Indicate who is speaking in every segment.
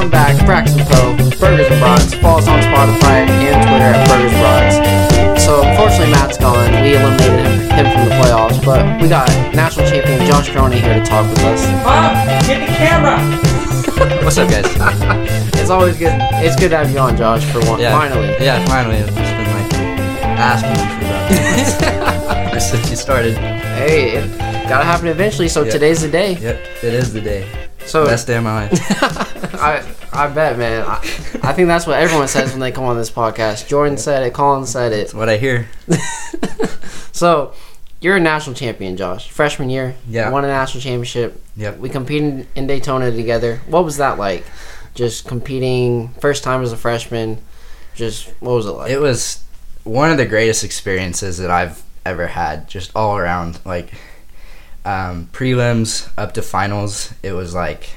Speaker 1: Brax and Co., Burgers and Broads. Follow us on Spotify and Twitter at Burgers Broads. So unfortunately, Matt's gone. We eliminated him from the playoffs, but we got national champion Josh Crony here to talk with us.
Speaker 2: Bob, get the camera.
Speaker 3: What's up, guys?
Speaker 1: It's always good. It's good to have you on, Josh, for one.
Speaker 3: Yeah.
Speaker 1: Finally.
Speaker 3: Yeah, finally. It's just been like asking for that ever since you started.
Speaker 1: Hey, it gotta happen eventually. So
Speaker 3: Yeah.
Speaker 1: today's the day.
Speaker 3: Yep, it is the day.
Speaker 1: So
Speaker 3: Best day of my life.
Speaker 1: I I bet, man. I, I think that's what everyone says when they come on this podcast. Jordan said it. Colin said it.
Speaker 3: It's what I hear.
Speaker 1: So, you're a national champion, Josh. Freshman year,
Speaker 3: Yeah.
Speaker 1: won a national championship.
Speaker 3: Yep.
Speaker 1: We competed in Daytona together. What was that like? Just competing first time as a freshman. Just what was it like?
Speaker 3: It was one of the greatest experiences that I've ever had, just all around. Like um, prelims up to finals, it was like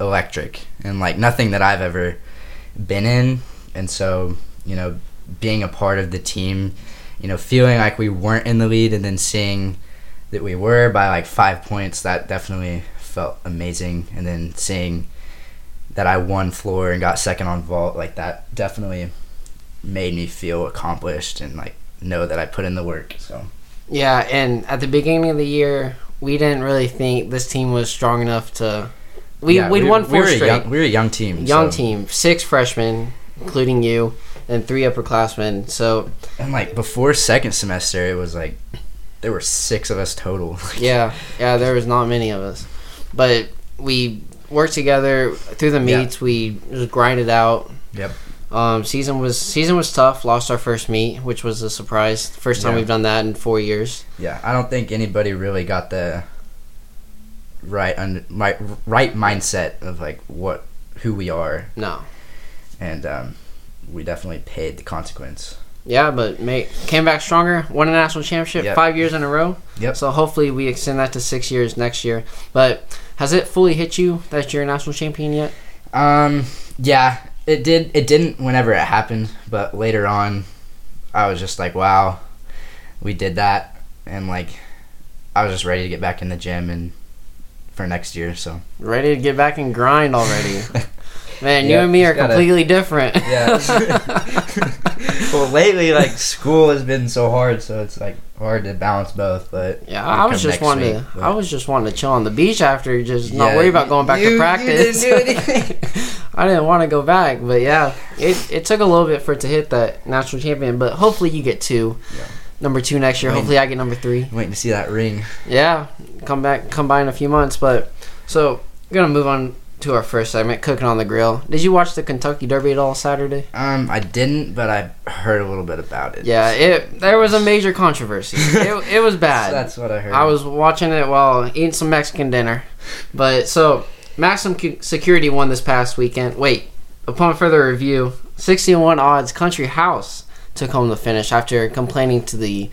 Speaker 3: electric and like nothing that I've ever been in. And so, you know, being a part of the team, you know, feeling like we weren't in the lead and then seeing that we were by like five points, that definitely felt amazing. And then seeing that I won floor and got second on vault, like that definitely made me feel accomplished and like know that I put in the work. So
Speaker 1: yeah, and at the beginning of the year, we didn't really think this team was strong enough to. We
Speaker 3: Yeah,
Speaker 1: we'd won four
Speaker 3: were a
Speaker 1: straight.
Speaker 3: Young, we were a young team.
Speaker 1: young
Speaker 3: so-
Speaker 1: team, six freshmen, including you, and three upperclassmen. So
Speaker 3: And like before second semester, it was like there were six of us total.
Speaker 1: yeah, yeah, there was not many of us, but we worked together through the
Speaker 3: Yeah.
Speaker 1: meets. We just grinded out.
Speaker 3: Yep.
Speaker 1: Um, season was season was tough. Lost our first meet, which was a surprise. First time
Speaker 3: Yeah.
Speaker 1: we've done that in four years.
Speaker 3: yeah, I don't think anybody really got the right un- my right mindset of like what who we are,
Speaker 1: No,
Speaker 3: and um, we definitely paid the consequence.
Speaker 1: yeah, but mate, came back stronger. Won a national championship
Speaker 3: Yep.
Speaker 1: five years in a row.
Speaker 3: Yep.
Speaker 1: So hopefully we extend that to six years next year. But has it fully hit you that you're a national champion yet?
Speaker 3: Um. Yeah. It did. It didn't. Whenever it happened, but later on, I was just like, "Wow, we did that," and like, I was just ready to get back in the gym and for next year. So
Speaker 1: Ready to get back and grind already. Man, you
Speaker 3: Yep,
Speaker 1: and me
Speaker 3: just
Speaker 1: are
Speaker 3: gotta-
Speaker 1: completely different.
Speaker 3: well, lately, like school has been so hard, so it's like hard to balance both. But
Speaker 1: Yeah,
Speaker 3: we'll
Speaker 1: I was
Speaker 3: come
Speaker 1: just
Speaker 3: next
Speaker 1: wanting
Speaker 3: week,
Speaker 1: to.
Speaker 3: but-
Speaker 1: I was just wanting to chill on the beach after, just not
Speaker 3: Yeah,
Speaker 1: worry about going back
Speaker 3: you-
Speaker 1: to
Speaker 3: you
Speaker 1: practice.
Speaker 3: didn't do anything.
Speaker 1: I didn't want to go back, but yeah, it, it took a little bit for it to hit that national champion, but hopefully you get two,
Speaker 3: Yeah.
Speaker 1: number two next year.
Speaker 3: I mean-
Speaker 1: hopefully I get number three.
Speaker 3: I'm waiting to see that ring.
Speaker 1: Yeah, come back, come by in a few months. But so we're gonna move on to our first segment, cooking on the grill. Did you watch the Kentucky Derby at all Saturday?
Speaker 3: Um, I didn't, but I heard a little bit about it.
Speaker 1: Yeah, it there was a major controversy. it, it was bad.
Speaker 3: that's what I heard.
Speaker 1: I was watching it while eating some Mexican dinner. But so, Maximum Cu- Security won this past weekend. Wait, upon further review, 61 odds Country House took home the finish after complaining to the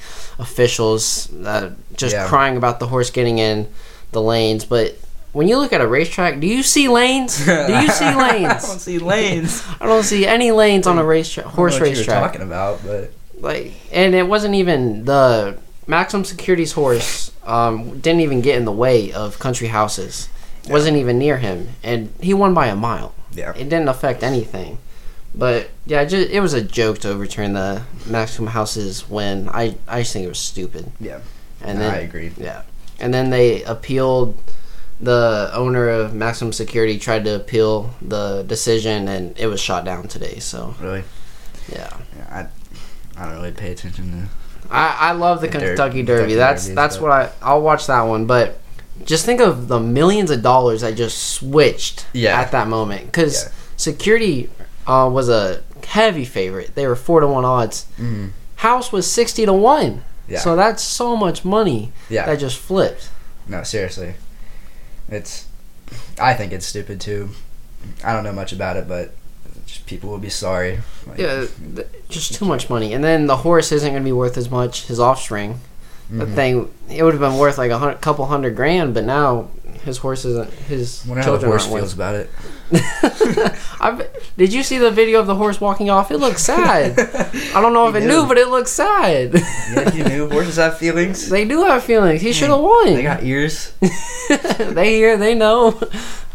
Speaker 1: officials, uh, just
Speaker 3: Yeah.
Speaker 1: crying about the horse getting in the lanes. But when you look at a racetrack, do you see lanes? Do you see
Speaker 3: I don't
Speaker 1: lanes?
Speaker 3: see lanes.
Speaker 1: I don't see any lanes on a racetrack, horse
Speaker 3: I don't know what you were
Speaker 1: racetrack
Speaker 3: talking about, but
Speaker 1: like and it wasn't even the maximum security's horse um, didn't even get in the way of country houses wasn't even near him and he won by a mile
Speaker 3: yeah,
Speaker 1: it didn't affect anything but yeah just, it was a joke to overturn the maximum houses win i, I just think it was stupid
Speaker 3: yeah,
Speaker 1: and
Speaker 3: No,
Speaker 1: then
Speaker 3: I agree.
Speaker 1: yeah and then they appealed the owner of maximum security tried to appeal the decision and it was shot down today so
Speaker 3: Really,
Speaker 1: yeah
Speaker 3: yeah, I, I don't really pay attention to.
Speaker 1: I, I love the
Speaker 3: The der-
Speaker 1: Kentucky Derby.
Speaker 3: Kentucky
Speaker 1: That's
Speaker 3: Derby is
Speaker 1: that's
Speaker 3: dope.
Speaker 1: what I I'll watch that one. But just think of the millions of dollars that just switched
Speaker 3: Yeah.
Speaker 1: at that moment because
Speaker 3: Yeah.
Speaker 1: security uh, was a heavy favorite. They were four to one odds.
Speaker 3: Mm.
Speaker 1: House was sixty to one.
Speaker 3: Yeah.
Speaker 1: Mm-hmm. So that's so much money
Speaker 3: Yeah.
Speaker 1: that just flipped.
Speaker 3: No, seriously, it's. I think it's stupid too. I don't know much about it, but just people will be sorry. Like,
Speaker 1: Yeah, th- just too much money. And then the horse isn't going to be worth as much. His offspring, the
Speaker 3: Mhm.
Speaker 1: thing, it would have been worth like a hun- couple hundred grand, but now his horse isn't. His
Speaker 3: Wonder how the
Speaker 1: children
Speaker 3: horse
Speaker 1: aren't worth
Speaker 3: feels about it.
Speaker 1: I've, did you see the video of the horse walking off? It looks sad. I don't know if
Speaker 3: He
Speaker 1: it
Speaker 3: knew.
Speaker 1: knew, but it looks sad.
Speaker 3: yeah, you knew horses have feelings.
Speaker 1: they do have feelings. He should have won.
Speaker 3: They got ears.
Speaker 1: they hear. They know.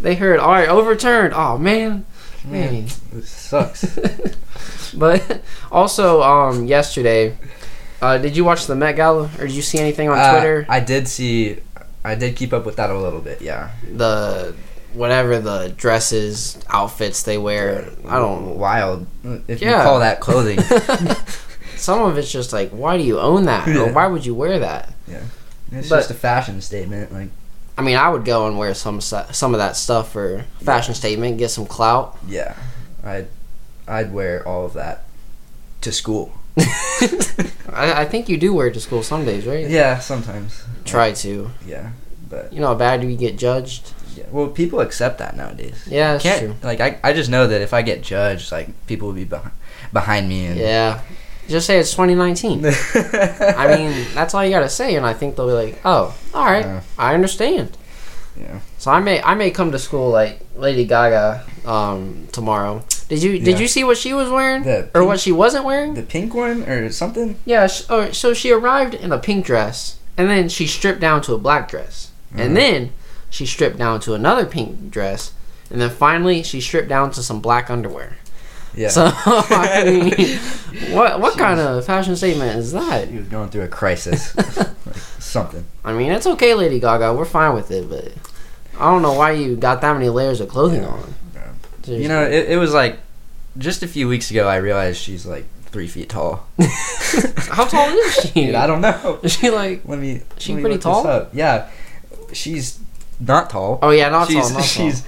Speaker 1: They heard. All right, overturned. Oh man, Dang.
Speaker 3: It sucks.
Speaker 1: But also, um, yesterday, uh, did you watch the Met Gala or did you see anything on
Speaker 3: Uh,
Speaker 1: Twitter?
Speaker 3: I did see. I did keep up with that a little bit. Yeah.
Speaker 1: The whatever the dresses, outfits they wear. I don't.
Speaker 3: Wild. If
Speaker 1: Yeah.
Speaker 3: you call that clothing.
Speaker 1: Some of it's just like, why do you own that? Or
Speaker 3: Yeah.
Speaker 1: why would you wear that?
Speaker 3: It's
Speaker 1: But-
Speaker 3: just a fashion statement. Like,
Speaker 1: I mean, I would go and wear some sa- some of that stuff for fashion statement, get some clout.
Speaker 3: yeah, I'd I'd wear all of that to school.
Speaker 1: I, I think you do wear it to school some days, right?
Speaker 3: Yeah, sometimes.
Speaker 1: Try to.
Speaker 3: Yeah, but
Speaker 1: You know how bad you get judged.
Speaker 3: yeah. Well, people accept that nowadays.
Speaker 1: Yeah, that's
Speaker 3: Can't
Speaker 1: true.
Speaker 3: like I, I just know that if I get judged, like people will be behind behind me and
Speaker 1: Yeah. Just say it's 2019. I mean, that's all you gotta say, and I think they'll be like, "Oh, all right,
Speaker 3: Yeah.
Speaker 1: I understand."
Speaker 3: Yeah.
Speaker 1: So I may I may come to school like Lady Gaga um, tomorrow. Did you did
Speaker 3: Yeah.
Speaker 1: you see what she was wearing
Speaker 3: The
Speaker 1: or
Speaker 3: pink-
Speaker 1: what she wasn't wearing?
Speaker 3: the pink one or something.
Speaker 1: yeah. Sh- oh, so she arrived in a pink dress, and then she stripped down to a black dress,
Speaker 3: Mm-hmm.
Speaker 1: and then she stripped down to another pink dress, and then finally she stripped down to some black underwear.
Speaker 3: Yeah,
Speaker 1: So I mean, what what
Speaker 3: She
Speaker 1: kind of fashion statement is that?
Speaker 3: he was going through a crisis, like something.
Speaker 1: I mean, it's okay, Lady Gaga. We're fine with it, but I don't know why you got that many layers of clothing
Speaker 3: Yeah.
Speaker 1: on.
Speaker 3: Yeah.
Speaker 1: Seriously.
Speaker 3: You know, it, it was like just a few weeks ago. I realized she's like three feet tall.
Speaker 1: how tall is she?
Speaker 3: Dude, I don't know.
Speaker 1: Is she like?
Speaker 3: Let me.
Speaker 1: She
Speaker 3: let me
Speaker 1: pretty
Speaker 3: look this
Speaker 1: tall?
Speaker 3: up. Yeah, she's not tall.
Speaker 1: Oh yeah, not
Speaker 3: she's
Speaker 1: tall. Not
Speaker 3: she's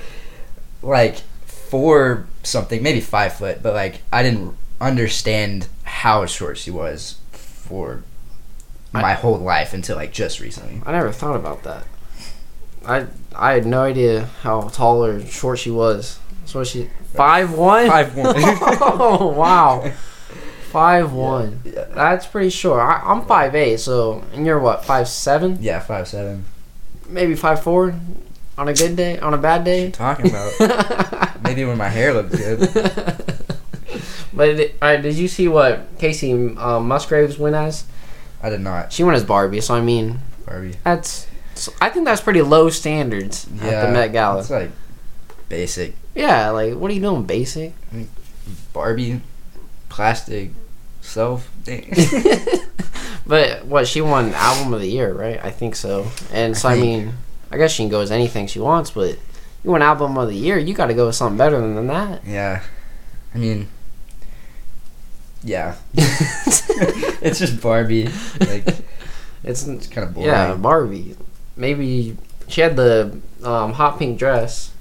Speaker 3: like four something, maybe five foot. But like, I didn't understand how short she was for my whole life until like just recently.
Speaker 1: tall. I never thought about that. I I had no idea how tall or short she was. So she five one.
Speaker 3: Five one.
Speaker 1: oh wow, five one.
Speaker 3: Yeah.
Speaker 1: That's pretty short. I, I'm five eight. So and you're what five seven?
Speaker 3: Yeah, five seven.
Speaker 1: Maybe five four. On a good day, on a bad
Speaker 3: What you
Speaker 1: day.
Speaker 3: talking about? maybe when my hair looked good.
Speaker 1: But it, all right, did you see what Casey um, Musgraves went as?
Speaker 3: I did not,
Speaker 1: She went as Barbie, so I mean,
Speaker 3: Barbie.
Speaker 1: that's so I think that's pretty low standards at the Met Gala.
Speaker 3: It's like basic
Speaker 1: Yeah, like what are you doing, basic?
Speaker 3: Barbie plastic self thing.
Speaker 1: But what she won album of the year, right? I think so. And so I,
Speaker 3: think.
Speaker 1: mean, I guess she can go as anything she wants, but you won album of the year, you got to go with something better than that.
Speaker 3: Yeah. I mean, yeah. it's just Barbie. Like,
Speaker 1: It's
Speaker 3: it's kind of boring.
Speaker 1: yeah, Barbie. Maybe she had the um, hot pink dress,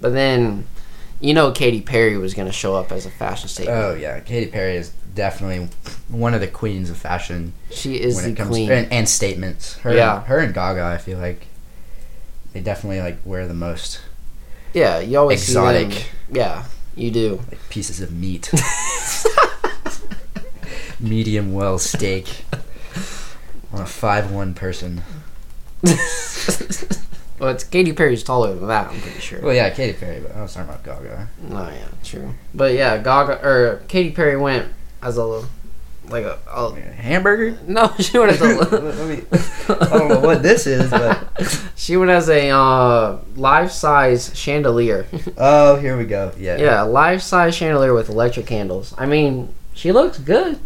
Speaker 1: but then you know Katy Perry was gonna show up as a fashion statement.
Speaker 3: Oh, yeah. Katy Perry is definitely one of the queens of fashion
Speaker 1: she is
Speaker 3: when
Speaker 1: the
Speaker 3: it comes
Speaker 1: queen.
Speaker 3: And, and statements. Her,
Speaker 1: Yeah.
Speaker 3: Her and Gaga, I feel like they definitely like wear the most
Speaker 1: yeah, you always
Speaker 3: exotic
Speaker 1: See them. Yeah, you do.
Speaker 3: like pieces of meat. Medium well steak. On a five one person.
Speaker 1: well, it's Katy Perry's taller than that. I'm pretty sure.
Speaker 3: Well, yeah, Katy Perry, but I was talking about Gaga.
Speaker 1: Oh yeah, true. But yeah, Gaga or Katy Perry went as a little- like a, a
Speaker 3: Hamburger?
Speaker 1: no, she went as a
Speaker 3: Let
Speaker 1: little-
Speaker 3: me- I don't know what this is, but
Speaker 1: she went as a uh, life size chandelier.
Speaker 3: oh, here we go. Yeah,
Speaker 1: Yeah, life size chandelier with electric candles. I mean, she looks good.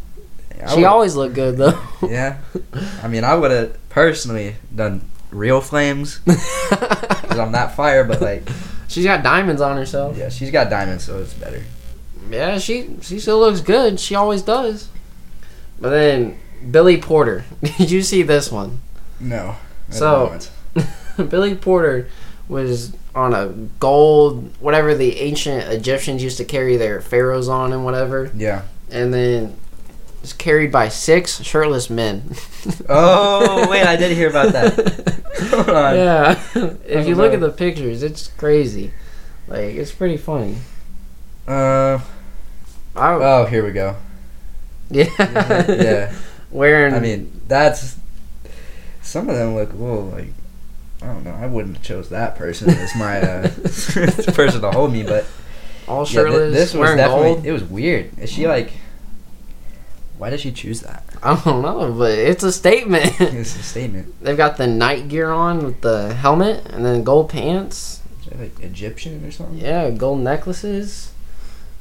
Speaker 3: I
Speaker 1: She
Speaker 3: would-
Speaker 1: always looked good though.
Speaker 3: yeah. I mean, I would have personally done real flames because I'm not fire, but like,
Speaker 1: She's got diamonds on herself. Yeah.
Speaker 3: yeah, she's got diamonds, so it's better.
Speaker 1: she she still looks good. She always does. But then Billy Porter. Did you see this one?
Speaker 3: No.
Speaker 1: So- Billy Porter was on a gold whatever the ancient Egyptians used to carry their pharaohs on and whatever.
Speaker 3: yeah.
Speaker 1: And then it's carried by six shirtless men.
Speaker 3: Oh wait, I did hear about that. Hold on.
Speaker 1: yeah. if you look at
Speaker 3: know.
Speaker 1: the pictures, it's crazy. Like it's pretty funny.
Speaker 3: Uh,
Speaker 1: I,
Speaker 3: oh, here we go.
Speaker 1: yeah.
Speaker 3: yeah,
Speaker 1: Wearing.
Speaker 3: I mean that's some of them look a little like I don't know. I wouldn't have chose that person as my uh, person to hold me, but
Speaker 1: all
Speaker 3: yeah, thi-
Speaker 1: shirtless.
Speaker 3: this was
Speaker 1: wearing
Speaker 3: definitely
Speaker 1: gold.
Speaker 3: it was weird. Is she like? Why did she choose that?
Speaker 1: I don't know, but it's a statement.
Speaker 3: It's a statement.
Speaker 1: They've got the night gear on with the helmet and then gold pants.
Speaker 3: that, like Egyptian or something?
Speaker 1: Yeah, gold necklaces.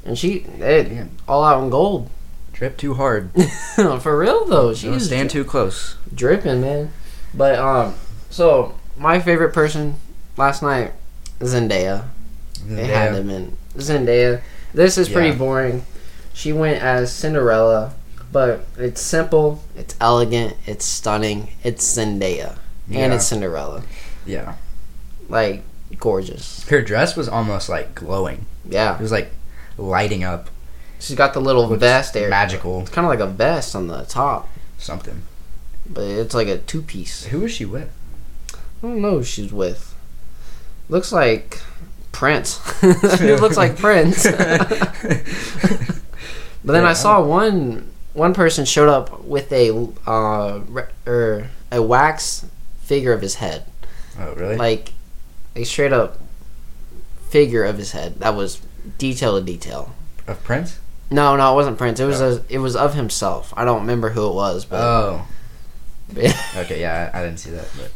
Speaker 1: And she, it,
Speaker 3: Yeah.
Speaker 1: all out in gold.
Speaker 3: Trip too hard.
Speaker 1: For real though,
Speaker 3: She Don't
Speaker 1: she's
Speaker 3: stand too close.
Speaker 1: dripping, man. But um, so my favorite person last night, Zendaya. It had to have been Zendaya. This is pretty
Speaker 3: Yeah.
Speaker 1: boring. She went as Cinderella, but it's simple, it's elegant, it's stunning, it's Zendaya, and
Speaker 3: Yeah.
Speaker 1: it's Cinderella.
Speaker 3: Yeah.
Speaker 1: Like gorgeous.
Speaker 3: Her dress was almost like glowing. It
Speaker 1: Yeah,
Speaker 3: was like lighting up.
Speaker 1: she's got the little
Speaker 3: Looks
Speaker 1: vest there.
Speaker 3: Magical.
Speaker 1: It's kind of like a vest on the top,
Speaker 3: Something.
Speaker 1: but it's like a two piece.
Speaker 3: Who was she with?
Speaker 1: I don't know who she's with. Looks like Prince. it looks like Prince.
Speaker 3: Oh,
Speaker 1: But then
Speaker 3: Yeah,
Speaker 1: I
Speaker 3: I
Speaker 1: saw one one person showed up with a uh, re- or a wax figure of his head,
Speaker 3: oh, really?
Speaker 1: like a straight up figure of his head that was detail to detail.
Speaker 3: of Prince?
Speaker 1: No, no, it wasn't Prince. It was
Speaker 3: Oh.
Speaker 1: a, it was of himself. I don't remember who it was, but
Speaker 3: Oh. Okay, yeah, I, I didn't see that. But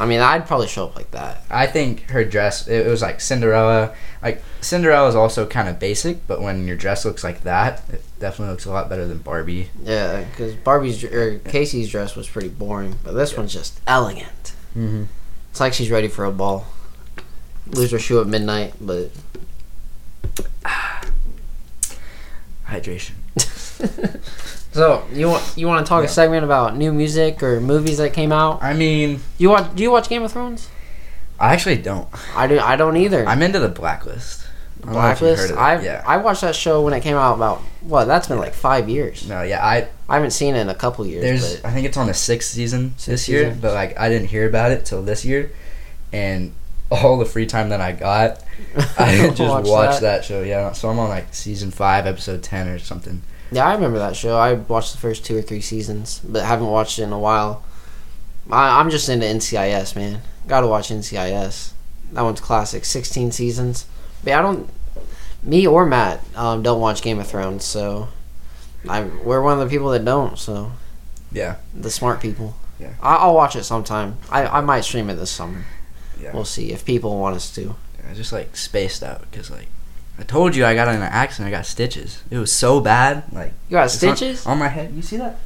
Speaker 1: I mean, I'd probably show up like that.
Speaker 3: I think her dress, it, it was like Cinderella. Like, Cinderella is also kind of basic, but when your dress looks like that, it definitely looks a lot better than Barbie.
Speaker 1: Yeah, because Barbie's dr- or Casey's dress was pretty boring, but this one's just elegant.
Speaker 3: Mm-hmm.
Speaker 1: It's like she's ready for a ball. Lose her shoe at midnight, but
Speaker 3: Hydration.
Speaker 1: So you want you want to talk
Speaker 3: Yeah.
Speaker 1: a segment about new music or movies that came out?
Speaker 3: I mean,
Speaker 1: You watch? Do you watch Game of Thrones?
Speaker 3: I actually don't.
Speaker 1: I do. I don't either.
Speaker 3: I'm into the blacklist. I don't know if you've heard
Speaker 1: Blacklist.
Speaker 3: of it.
Speaker 1: I
Speaker 3: yeah.
Speaker 1: I watched that show when it came out about what? That's been like five years.
Speaker 3: no, yeah, I
Speaker 1: I haven't seen it in a couple years.
Speaker 3: There's,
Speaker 1: but
Speaker 3: I think it's on the sixth season this
Speaker 1: Sixth
Speaker 3: year,
Speaker 1: season.
Speaker 3: but like I didn't hear about it till this year, and all the free time that I got, I just
Speaker 1: Watch
Speaker 3: watched that. show. Yeah, so I'm on like season five, episode ten or something.
Speaker 1: yeah, I remember that show. I watched the first two or three seasons, but haven't watched it in a while. I, I'm just into NCIS, man. Got to watch NCIS. That one's classic. 16 seasons. But yeah, I don't. Me or Matt um, don't watch Game of Thrones, so I we're one of the people that don't. So
Speaker 3: Yeah.
Speaker 1: the smart people.
Speaker 3: Yeah.
Speaker 1: I, I'll watch it sometime. I, I might stream it this summer.
Speaker 3: Yeah.
Speaker 1: We'll see if people want us to.
Speaker 3: I just like spaced out because like I told you I got in an accident. I got stitches. It was so bad. Like
Speaker 1: You got
Speaker 3: it's on-
Speaker 1: stitches?
Speaker 3: on, my head. You see that,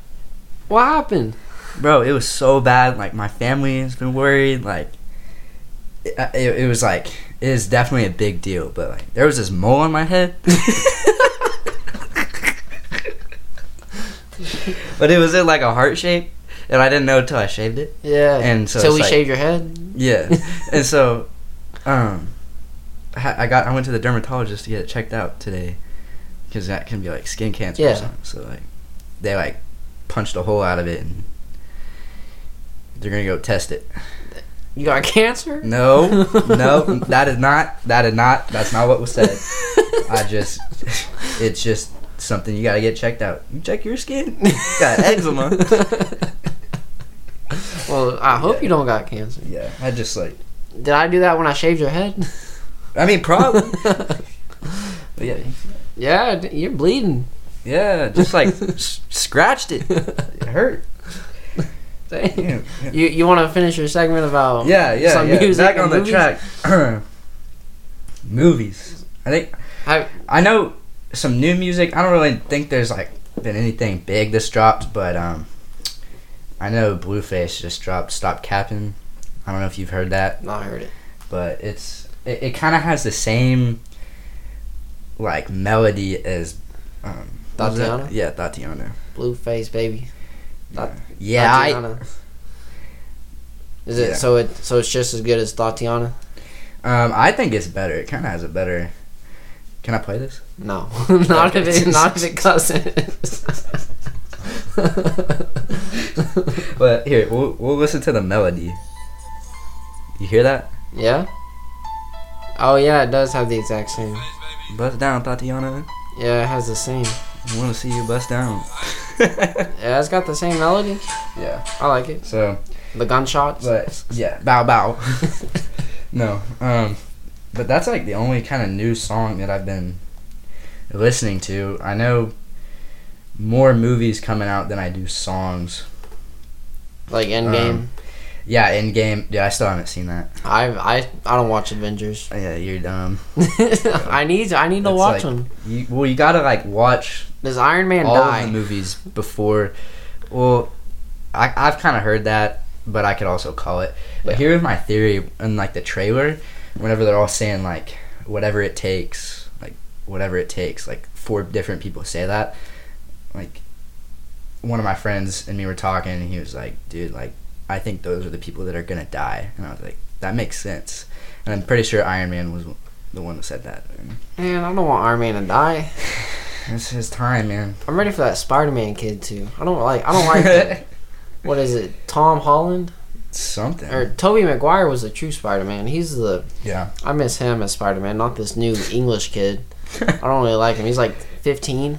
Speaker 1: What happened?
Speaker 3: bro? It was so bad. Like my family has been worried. Like it, I- it, it was like it is definitely a big deal. But like there was this mole on my head. But it was in like a heart shape, and I didn't know until I shaved it.
Speaker 1: Yeah.
Speaker 3: And so
Speaker 1: Till
Speaker 3: it's
Speaker 1: we
Speaker 3: like-
Speaker 1: shaved your head.
Speaker 3: Yeah, and so, um, I I got I went to the dermatologist to get it checked out today, because that can be like skin cancer
Speaker 1: Yeah.
Speaker 3: or something. So like, they like punched a hole out of it, and they're gonna go test it.
Speaker 1: You got cancer?
Speaker 3: No, no, that is not that is not that's not what was said. I just, it's just something you gotta get checked out. You check your skin. You got eczema.
Speaker 1: well, I hope
Speaker 3: Yeah.
Speaker 1: you don't got cancer.
Speaker 3: Yeah, I just like.
Speaker 1: Did I do that when I shaved your head?
Speaker 3: I mean, probably. But yeah,
Speaker 1: yeah, d- you're bleeding.
Speaker 3: yeah, just like s- scratched it. It hurt.
Speaker 1: Dang.
Speaker 3: Yeah, yeah,
Speaker 1: You you want to finish your segment about
Speaker 3: yeah. yeah,
Speaker 1: some music
Speaker 3: Back
Speaker 1: and
Speaker 3: on the
Speaker 1: movies?
Speaker 3: track. movies. I think
Speaker 1: I-
Speaker 3: I know some new music. I don't really think there's like been anything big that's dropped, but um, I know Blueface just dropped "Stop Capping." I don't know if you've heard that.
Speaker 1: Not heard it.
Speaker 3: but it's it, it kind of has the same like melody as um what was that?
Speaker 1: Tatiana?
Speaker 3: Yeah, Tatiana.
Speaker 1: Blue face, baby. That-
Speaker 3: yeah, I,
Speaker 1: Tatiana. Is it
Speaker 3: Yeah.
Speaker 1: so it so it's just as good as Tatiana?
Speaker 3: um, I think it's better. It kind of has a better. Can I play this?
Speaker 1: No, not if it not if it cousins.
Speaker 3: But here, we'll we'll listen to the melody. You hear that?
Speaker 1: yeah. Oh yeah, it does have the exact same.
Speaker 3: Bust down, Tatiana.
Speaker 1: Yeah, it has the same.
Speaker 3: I want to see you bust down.
Speaker 1: Yeah, it's got the same melody.
Speaker 3: yeah.
Speaker 1: I like it.
Speaker 3: So
Speaker 1: The gunshots.
Speaker 3: But yeah, bow bow. no, um, but that's like the only kind of new song that I've been listening to. I know more movies coming out than I do songs. Uh-huh.
Speaker 1: like Endgame.
Speaker 3: Um, Yeah, in game. Dude, I still haven't seen that.
Speaker 1: I I I don't watch Avengers.
Speaker 3: Yeah, you're dumb.
Speaker 1: I need I need to
Speaker 3: It's
Speaker 1: watch
Speaker 3: like-
Speaker 1: them.
Speaker 3: You, well, you gotta like watch
Speaker 1: Does Iron Man
Speaker 3: all
Speaker 1: die?
Speaker 3: of the movies before. Well, I, I've kind of heard that, but I could also call it. But
Speaker 1: Yeah.
Speaker 3: here's my theory in like the trailer. Whenever they're all saying like whatever it takes, like whatever it takes, like four different people say that. Like one of my friends and me were talking, and he was like, "Dude, like I think those are the people that are gonna die," and I was like, "That makes sense." And I'm pretty sure Iron Man was the one that said that. And
Speaker 1: Man, I don't want Iron Man to die.
Speaker 3: it's his time, man.
Speaker 1: I'm ready for that Spider Man kid too. I don't like I don't like that. what is it? Tom Holland
Speaker 3: Something.
Speaker 1: or Tobey Maguire was the true Spider Man. He's the
Speaker 3: yeah.
Speaker 1: I miss him as Spider Man, not this new English kid. I don't really like him. He's like 15.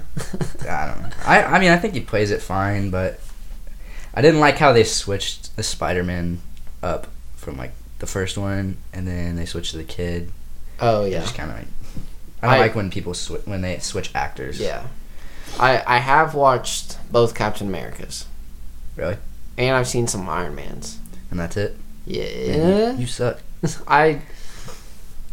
Speaker 3: I don't know. I, I mean, I think he plays it fine, but I didn't like how they switched the Spider-Man up from like the first one, and then they switched to the kid.
Speaker 1: oh
Speaker 3: It
Speaker 1: yeah.
Speaker 3: Just kind of. Like, I don't
Speaker 1: I-
Speaker 3: like when people sw- when they switch actors.
Speaker 1: Yeah. I I have watched both Captain Americas.
Speaker 3: Really?
Speaker 1: And I've seen some Iron Mans.
Speaker 3: And that's it.
Speaker 1: Yeah.
Speaker 3: You, you suck.
Speaker 1: I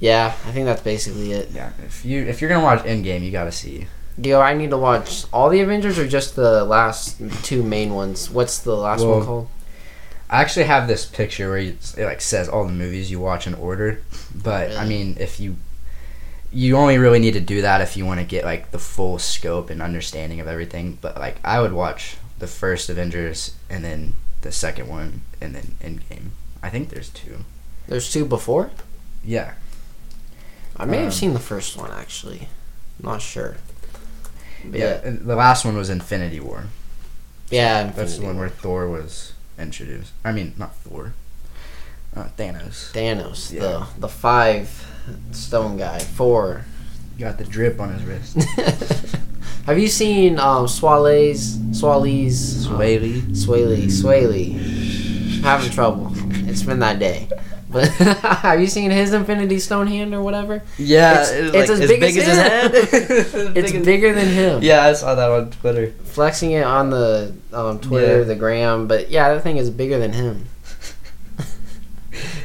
Speaker 1: Yeah, I think that's basically it.
Speaker 3: Yeah. If you if you're gonna watch Endgame, you gotta see.
Speaker 1: Do I need to watch all the Avengers or just the last two main ones? What's the last one
Speaker 3: Well-
Speaker 1: called?
Speaker 3: I actually have this picture where it's- it like says all the movies you watch in order, but I
Speaker 1: Really?
Speaker 3: mean if you you only really need to do that if you want to get like the full scope and understanding of everything. But like I would watch the first Avengers and then the second one and then Endgame. I think there's two.
Speaker 1: There's two before?
Speaker 3: Yeah,
Speaker 1: I may
Speaker 3: Um,
Speaker 1: have seen the first one actually. Not sure. But
Speaker 3: yeah. and the last one was Infinity War.
Speaker 1: Yeah,
Speaker 3: That's
Speaker 1: Infinity
Speaker 3: the one
Speaker 1: War.
Speaker 3: where Thor was introduced. I mean, not Thor, uh, Thanos.
Speaker 1: Thanos,
Speaker 3: Yeah.
Speaker 1: the the five stone guy, four.
Speaker 3: Got the drip on his wrist.
Speaker 1: Have you seen um, Swale's Swale's
Speaker 3: Sway Lee.
Speaker 1: Swaley Swaley? Having trouble. It's been that day. But have you seen his Infinity Stone hand or whatever?
Speaker 3: Yeah,
Speaker 1: It's- it's as big as his It's bigger than him.
Speaker 3: Yeah, I saw that on Twitter.
Speaker 1: Flexing it on the um, Twitter,
Speaker 3: Yeah.
Speaker 1: the gram, but yeah, that thing is bigger than him.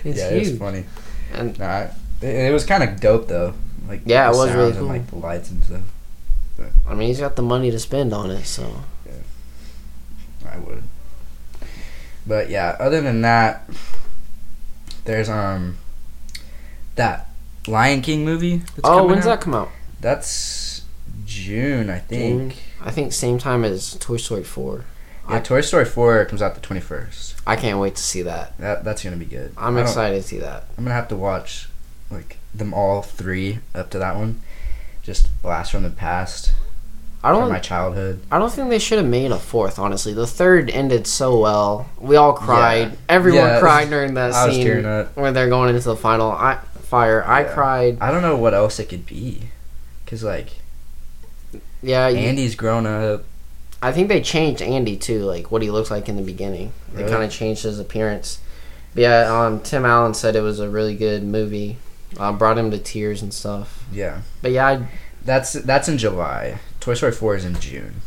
Speaker 1: it's
Speaker 3: yeah, it
Speaker 1: huge.
Speaker 3: was funny.
Speaker 1: And-
Speaker 3: Nah, I- it, it was kind of dope though. Like
Speaker 1: Yeah,
Speaker 3: the
Speaker 1: it was really
Speaker 3: sounds
Speaker 1: cool.
Speaker 3: And, like the lights and stuff.
Speaker 1: I mean, he's got the money to spend on it, so
Speaker 3: I would. But yeah, other than that, there's um that Lion King movie. That's
Speaker 1: Oh,
Speaker 3: coming
Speaker 1: when's
Speaker 3: out.
Speaker 1: that come out?
Speaker 3: That's June, I think.
Speaker 1: June? I think same time as Toy Story 4.
Speaker 3: Yeah, Toy Story Four comes out the twenty first.
Speaker 1: I can't wait to see that.
Speaker 3: That that's gonna be good.
Speaker 1: I'm
Speaker 3: I don't-
Speaker 1: excited to see that.
Speaker 3: I'm gonna have to watch like them all three up to that one. Just blast from the past,
Speaker 1: I
Speaker 3: from
Speaker 1: don't
Speaker 3: my childhood.
Speaker 1: I don't think they should have made a fourth, honestly. The third ended so well. We all cried.
Speaker 3: Yeah.
Speaker 1: Everyone
Speaker 3: Yeah.
Speaker 1: cried during that
Speaker 3: I was
Speaker 1: scene
Speaker 3: tearing up.
Speaker 1: when they're going into the final I, fire. I
Speaker 3: Yeah.
Speaker 1: cried.
Speaker 3: I don't know what else it could be, cause like
Speaker 1: Yeah, you-
Speaker 3: Andy's grown up.
Speaker 1: I think they changed Andy too, like what he looks like in the beginning. They
Speaker 3: Really?
Speaker 1: kind of changed his appearance. But yeah, um, Tim Allen said it was a really good movie. Uh, brought him to tears and stuff.
Speaker 3: Yeah,
Speaker 1: But yeah, I,
Speaker 3: that's that's in July. Toy Story Four is in June.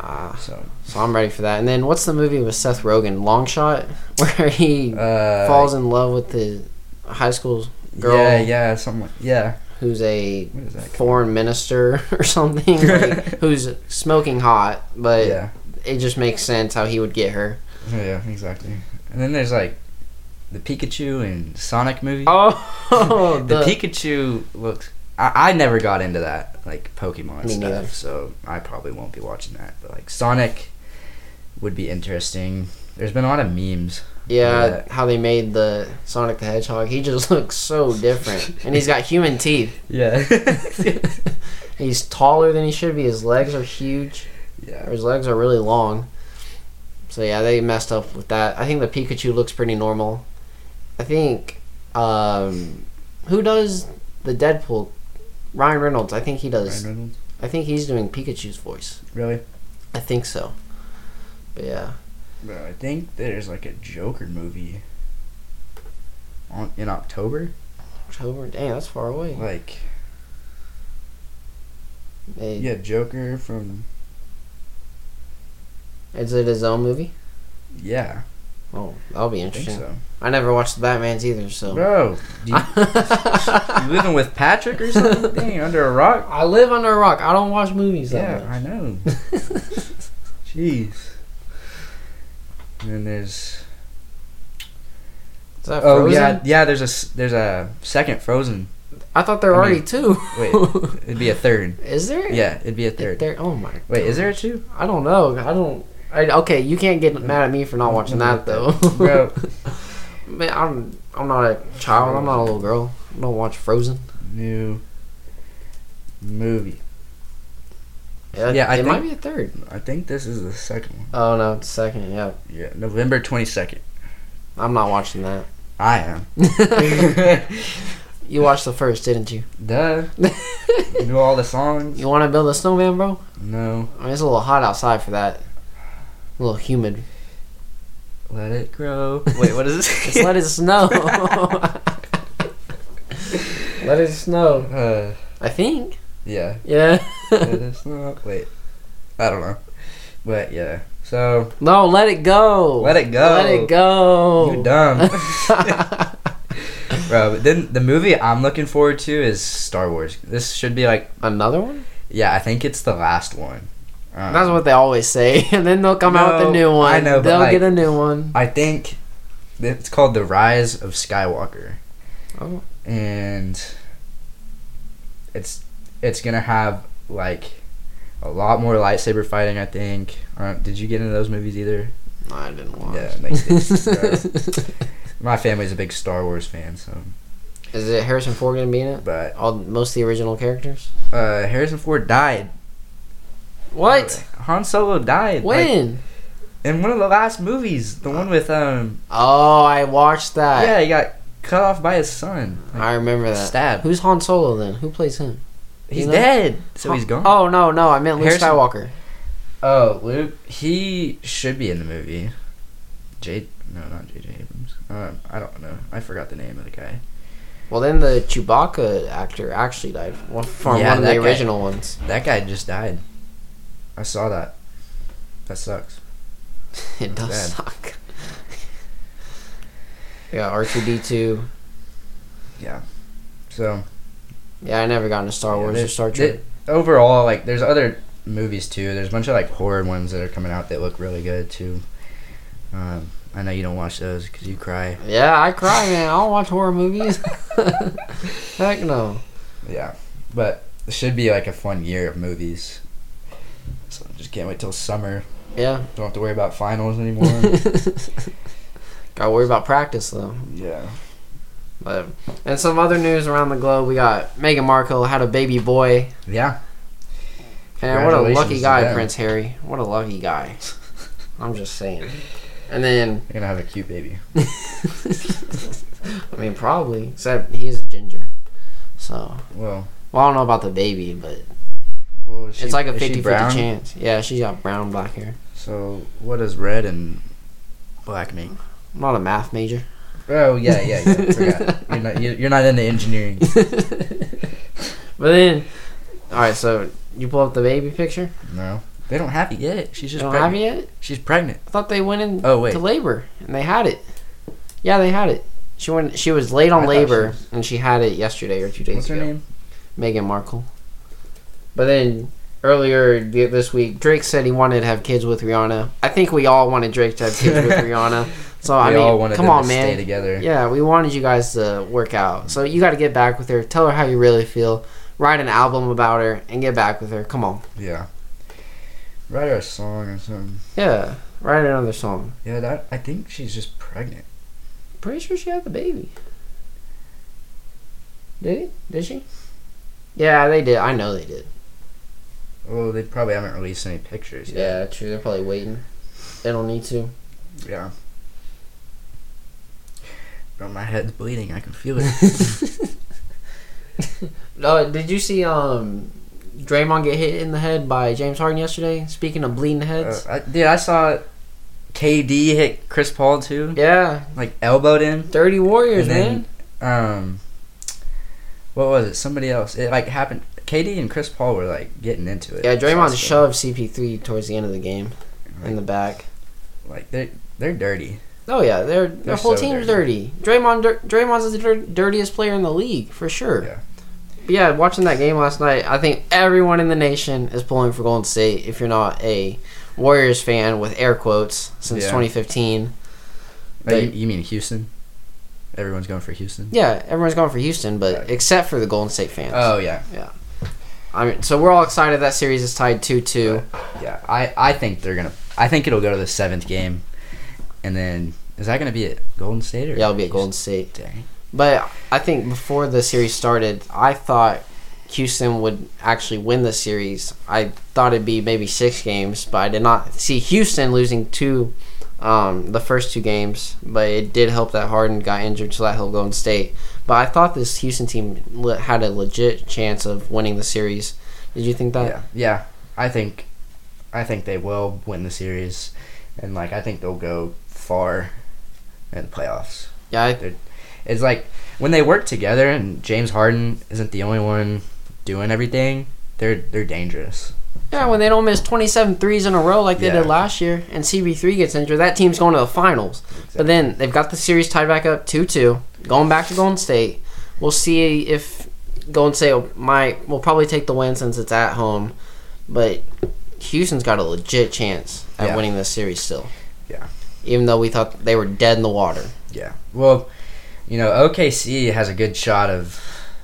Speaker 1: ah,
Speaker 3: So
Speaker 1: So I'm ready for that. And then what's the movie with Seth Rogen, Long Shot, where he
Speaker 3: uh,
Speaker 1: falls in love with the high school girl
Speaker 3: Yeah, yeah, something. Like, yeah,
Speaker 1: who's a
Speaker 3: what is that?
Speaker 1: foreign minister or something, like, who's smoking hot, but
Speaker 3: yeah,
Speaker 1: it just makes sense how he would get her.
Speaker 3: yeah, exactly. And then there's like the Pikachu and Sonic movie.
Speaker 1: Oh,
Speaker 3: the, Pikachu looks. I, I never got into that like Pokemon
Speaker 1: Me
Speaker 3: stuff,
Speaker 1: neither.
Speaker 3: so I probably won't be watching that. But like Sonic would be interesting. There's been a lot of memes.
Speaker 1: yeah, how they made the Sonic the Hedgehog. He just looks so different, and he's got human teeth.
Speaker 3: Yeah.
Speaker 1: He's taller than he should be. His legs are huge. Or
Speaker 3: yeah.
Speaker 1: His legs are really long. So yeah, they messed up with that. I think the Pikachu looks pretty normal. I think um who does the Deadpool? Ryan Reynolds. I think he does.
Speaker 3: Ryan Reynolds.
Speaker 1: I think he's doing Pikachu's voice.
Speaker 3: Really?
Speaker 1: I think so. But yeah.
Speaker 3: Bro, I think there's like a Joker movie on in October.
Speaker 1: October. Dang, that's far away.
Speaker 3: Like
Speaker 1: Hey,
Speaker 3: yeah, Joker from
Speaker 1: Is it his own movie?
Speaker 3: yeah.
Speaker 1: Oh, that'll be
Speaker 3: I think
Speaker 1: interesting. Oh.
Speaker 3: so.
Speaker 1: I never watched the Batman's either, so.
Speaker 3: Bro, do you, you living with Patrick or something? Dang, under a rock?
Speaker 1: I live under a rock. I don't watch movies.
Speaker 3: Yeah,
Speaker 1: That
Speaker 3: I
Speaker 1: much.
Speaker 3: know. Jeez. And then there's
Speaker 1: Is that
Speaker 3: oh
Speaker 1: Frozen?
Speaker 3: yeah yeah there's a s- there's a second Frozen.
Speaker 1: I thought there were
Speaker 3: I
Speaker 1: already
Speaker 3: mean-
Speaker 1: two.
Speaker 3: Wait, it'd be a third.
Speaker 1: is there?
Speaker 3: Yeah, it'd be a
Speaker 1: There,
Speaker 3: third.
Speaker 1: there- oh my.
Speaker 3: Wait, is there a two?
Speaker 1: I don't know. I don't. I, okay, you can't get mad at me for not watching that though.
Speaker 3: Mm-hmm. Bro,
Speaker 1: Man, I'm I'm not a child. I'm not a little girl. I don't watch Frozen.
Speaker 3: new movie.
Speaker 1: Yeah,
Speaker 3: Yeah, I
Speaker 1: it might be
Speaker 3: think-
Speaker 1: a third.
Speaker 3: I think this is the second one.
Speaker 1: Oh no, it's second. Yeah,
Speaker 3: Yeah, November twenty second.
Speaker 1: I'm not watching that.
Speaker 3: I am.
Speaker 1: you watched the first, didn't you?
Speaker 3: Duh. You know all the songs?
Speaker 1: You want to build a snowman, bro?
Speaker 3: No.
Speaker 1: I mean, it's a little hot outside for that. A little humid.
Speaker 3: Let it grow. Wait, what is this?
Speaker 1: Just let it snow. let it snow.
Speaker 3: Uh,
Speaker 1: I think.
Speaker 3: yeah.
Speaker 1: Yeah.
Speaker 3: Let it snow. Wait. I don't know. But yeah. So
Speaker 1: no, let it go.
Speaker 3: Let it go.
Speaker 1: Let it go.
Speaker 3: you dumb, bro. But then the movie I'm looking forward to is Star Wars. This should be like,
Speaker 1: Another one?
Speaker 3: yeah, I think it's the last one. Um,
Speaker 1: That's what they always say. And then they'll come out with a
Speaker 3: No,
Speaker 1: new one.
Speaker 3: I know, but
Speaker 1: They'll
Speaker 3: like-
Speaker 1: get a new one.
Speaker 3: I think it's called The Rise of Skywalker.
Speaker 1: Oh.
Speaker 3: And it's it's going to have like a lot more lightsaber fighting, I think. Uh, did you get into those movies either?
Speaker 1: No, I didn't watch.
Speaker 3: Yeah, it makes sense, My family's a big Star Wars fan, so
Speaker 1: Is it Harrison Ford gonna be in it?
Speaker 3: but
Speaker 1: All most of the original characters.
Speaker 3: uh Harrison Ford died.
Speaker 1: What?
Speaker 3: Han Solo died. like,
Speaker 1: When? Uh.
Speaker 3: in one of the last movies, the one with um
Speaker 1: oh, I watched that.
Speaker 3: yeah, he got cut off by his son. Like,
Speaker 1: I remember that.
Speaker 3: Stabbed.
Speaker 1: Who's Han Solo then? Who plays him? you
Speaker 3: he's
Speaker 1: know?
Speaker 3: dead. So he's gone.
Speaker 1: Oh no, no, I meant Luke
Speaker 3: Harrison-
Speaker 1: Skywalker.
Speaker 3: Oh, Luke. He should be in the movie. J. No, not J.J. Abrams. Um, I don't know. I forgot the name of the guy.
Speaker 1: Well, then the Chewbacca actor actually died Well, from
Speaker 3: Yeah,
Speaker 1: one of
Speaker 3: that
Speaker 1: the
Speaker 3: guy-
Speaker 1: original ones.
Speaker 3: That guy just died. I saw that. That sucks.
Speaker 1: It
Speaker 3: That's
Speaker 1: does
Speaker 3: bad.
Speaker 1: suck. yeah, R two D two.
Speaker 3: So
Speaker 1: Yeah, I never got into Star Wars
Speaker 3: yeah,
Speaker 1: or Oh, Star
Speaker 3: there-
Speaker 1: Trek.
Speaker 3: there- overall, like, there's other movies too. There's a bunch of like horror ones that are coming out that look really good too. Um, I know you don't watch those because you cry.
Speaker 1: Yeah, I cry, man. I don't watch horror movies. Heck no.
Speaker 3: Yeah, but it should be like a fun year of movies. So just can't wait till summer.
Speaker 1: Yeah.
Speaker 3: Don't have to worry about finals anymore.
Speaker 1: Gotta worry about practice though.
Speaker 3: yeah.
Speaker 1: But and some other news around the globe, we got Meghan Markle had a baby boy,
Speaker 3: Yeah.
Speaker 1: and what a
Speaker 3: Congratulations
Speaker 1: lucky
Speaker 3: to
Speaker 1: guy,
Speaker 3: them.
Speaker 1: Prince Harry. What a lucky guy. I'm just saying. And then,
Speaker 3: You're gonna have a cute baby.
Speaker 1: I mean, probably except he is a ginger, so
Speaker 3: Well,
Speaker 1: well I don't know about the baby, but
Speaker 3: well is she-
Speaker 1: it's like a
Speaker 3: is she
Speaker 1: 50-50
Speaker 3: brown?
Speaker 1: chance. Yeah, she got brown black hair.
Speaker 3: So what does red and black mean?
Speaker 1: I'm not a math major.
Speaker 3: Oh yeah, yeah, yeah. I forgot. You're not you're, you're not into engineering.
Speaker 1: But then, all right, so you pull up the baby picture.
Speaker 3: No, they don't have it yet. She's
Speaker 1: You
Speaker 3: just
Speaker 1: don't have it
Speaker 3: pregnant.
Speaker 1: yet.
Speaker 3: She's pregnant.
Speaker 1: I thought they went in
Speaker 3: Oh, wait.
Speaker 1: to labor and they had it. Yeah, they had it. She went. She was late on
Speaker 3: I thought
Speaker 1: labor
Speaker 3: she was-
Speaker 1: and she had it yesterday or two days
Speaker 3: What's her
Speaker 1: ago.
Speaker 3: name?
Speaker 1: Meghan Markle. But then earlier th- this week, Drake said he wanted to have kids with Rihanna. I think we all wanted Drake to have kids with Rihanna. So I
Speaker 3: we
Speaker 1: mean,
Speaker 3: all wanted
Speaker 1: come
Speaker 3: them
Speaker 1: on,
Speaker 3: to
Speaker 1: man.
Speaker 3: stay together.
Speaker 1: Yeah, we wanted you guys to work out. So you got to get back with her. Tell her how you really feel. Write an album about her and get back with her. Come on.
Speaker 3: Yeah. Write her a song or something.
Speaker 1: Yeah. Write another song.
Speaker 3: Yeah, that I think she's just pregnant.
Speaker 1: Pretty sure she had the baby. Did he? Did she? Yeah, they did. I know they did.
Speaker 3: Well, they probably haven't released any pictures yet.
Speaker 1: Yeah, true. They're probably waiting. They don't need to.
Speaker 3: Yeah. Yeah. Bro, my head's bleeding. I can feel it.
Speaker 1: Uh, did you see um Draymond get hit in the head by James Harden yesterday? Speaking of bleeding
Speaker 3: Uh,
Speaker 1: heads.
Speaker 3: I, dude, I saw KD hit Chris Paul too,
Speaker 1: yeah,
Speaker 3: like elbowed him.
Speaker 1: dirty Warriors,
Speaker 3: And then,
Speaker 1: man.
Speaker 3: um, what was it? Somebody else. It like happened. KD and Chris Paul were like getting into it.
Speaker 1: Yeah, Draymond
Speaker 3: It's
Speaker 1: shoved
Speaker 3: awesome.
Speaker 1: CP3 towards the end of the game in the back.
Speaker 3: Like they're they're dirty.
Speaker 1: Oh yeah, they're, their whole
Speaker 3: so
Speaker 1: team's dirty.
Speaker 3: dirty.
Speaker 1: Draymond, dir- Draymond's the dir- dirtiest player in the league for sure.
Speaker 3: Yeah.
Speaker 1: But yeah, watching that game last night, I think everyone in the nation is pulling for Golden State. If you're not a Warriors fan with air quotes since
Speaker 3: Yeah.
Speaker 1: 2015,
Speaker 3: Oh,
Speaker 1: They-
Speaker 3: you, you mean Houston? Everyone's going for Houston.
Speaker 1: yeah, everyone's going for Houston, but
Speaker 3: Right.
Speaker 1: except for the Golden State fans.
Speaker 3: Oh yeah,
Speaker 1: I mean, so we're all excited that series is tied two two.
Speaker 3: yeah. I, I think they're gonna. I think it'll go to the seventh game, and then is that gonna be at Golden State or?
Speaker 1: Yeah, it'll be at Golden State.
Speaker 3: Dang.
Speaker 1: But I think before the series started, I thought Houston would actually win the series. I thought it'd be maybe six games, but I did not see Houston losing two, um, the first two games. But it did help that Harden got injured, so that helped Golden State. But I thought this Houston team le- had a legit chance of winning the series. Did you think that?
Speaker 3: Yeah, yeah. I think, I think they will win the series, and like I think they'll go far in the playoffs.
Speaker 1: Yeah, I,
Speaker 3: It's like when they work together, and James Harden isn't the only one doing everything. They're they're dangerous.
Speaker 1: yeah. When they don't miss 27 threes in a row like they
Speaker 3: Yeah.
Speaker 1: did last year, and CB3 gets injured, that team's going to the finals. But then they've got the series tied back up 2 2, going back to Golden State. We'll see if Golden State will- might will probably take the win since it's at home. But Houston's got a legit chance at
Speaker 3: Yeah.
Speaker 1: winning this series still.
Speaker 3: Yeah.
Speaker 1: Even though we thought they were dead in the water.
Speaker 3: Yeah. Well, you know OKC has a good shot of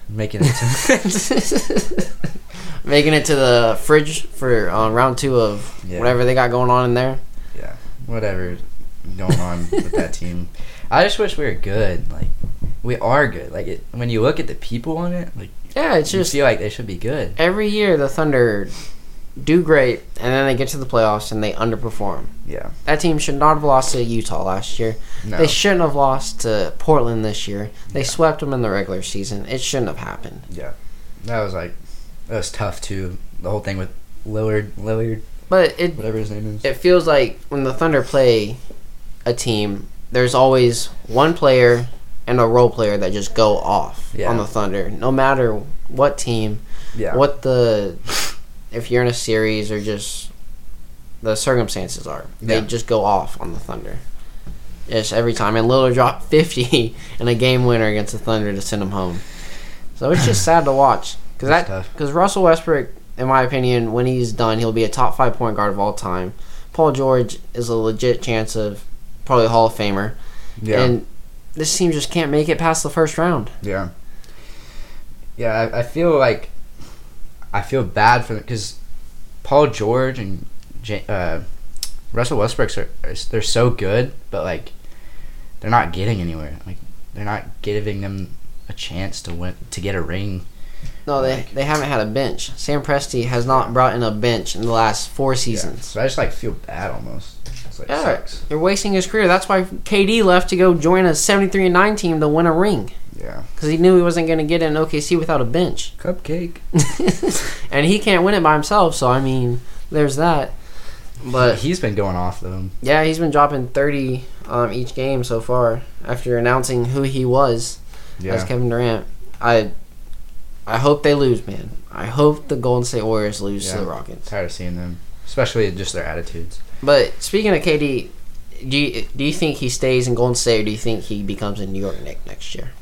Speaker 3: making it. to...
Speaker 1: Making it to the fridge for uh, round two of
Speaker 3: Yeah.
Speaker 1: whatever they got going on in there.
Speaker 3: yeah. Whatever going on with that team. I just wish we were good. Like we are good. Like it, when you look at the people on it, like
Speaker 1: Yeah, it's
Speaker 3: you
Speaker 1: just
Speaker 3: feel like they should be good.
Speaker 1: every year the Thunder do great and then they get to the playoffs and they underperform.
Speaker 3: Yeah.
Speaker 1: That team should not have lost to Utah last year.
Speaker 3: No.
Speaker 1: They shouldn't have lost to Portland this year. They swept them in the regular season. It shouldn't have happened.
Speaker 3: that was like that was tough too. The whole thing with Lillard, Lillard,
Speaker 1: But it
Speaker 3: whatever his name is.
Speaker 1: it feels like when the Thunder play a team, there's always one player and a role player that just go off
Speaker 3: Yeah.
Speaker 1: on the Thunder, no matter what team,
Speaker 3: Yeah.
Speaker 1: what the if you're in a series or just the circumstances are. They
Speaker 3: Yeah.
Speaker 1: just go off on the Thunder. It's every time. And Lillard dropped 50 and a game winner against the Thunder to send them home. So it's just sad to watch because that
Speaker 3: It's tough.
Speaker 1: because Russell Westbrook, in my opinion, when he's done, he'll be a top five point guard of all time. Paul George is a legit chance of probably Hall of Famer,
Speaker 3: Yeah.
Speaker 1: and this team just can't make it past the first round.
Speaker 3: Yeah. Yeah, I, I feel like I feel bad for them because Paul George and Ja uh, Russell Westbrook are are- they're so good, but like they're not getting anywhere. Like they're not giving them a chance to win to get a ring.
Speaker 1: No, they they haven't had a bench. Sam Presti has not brought in a bench in the last four seasons.
Speaker 3: So I just like feel bad almost. It's like
Speaker 1: Yeah.
Speaker 3: sucks.
Speaker 1: They're wasting his career. That's why KD left to go join a 73 and 9 team to win a ring
Speaker 3: Yeah.
Speaker 1: because he knew he wasn't going to get in OKC without a bench.
Speaker 3: Cupcake.
Speaker 1: and he can't win it by himself, so I mean, there's that. But
Speaker 3: He's been going off though.
Speaker 1: yeah, he's been dropping 30 um, each game so far after announcing who he was as Kevin Durant. I I hope they lose, man. I hope the Golden State Warriors lose to
Speaker 3: Yeah.
Speaker 1: the Rockets.
Speaker 3: Tired of seeing them, especially just their attitudes.
Speaker 1: But speaking of KD, do you, do you think he stays in Golden State or do you think he becomes a New York Knick next year?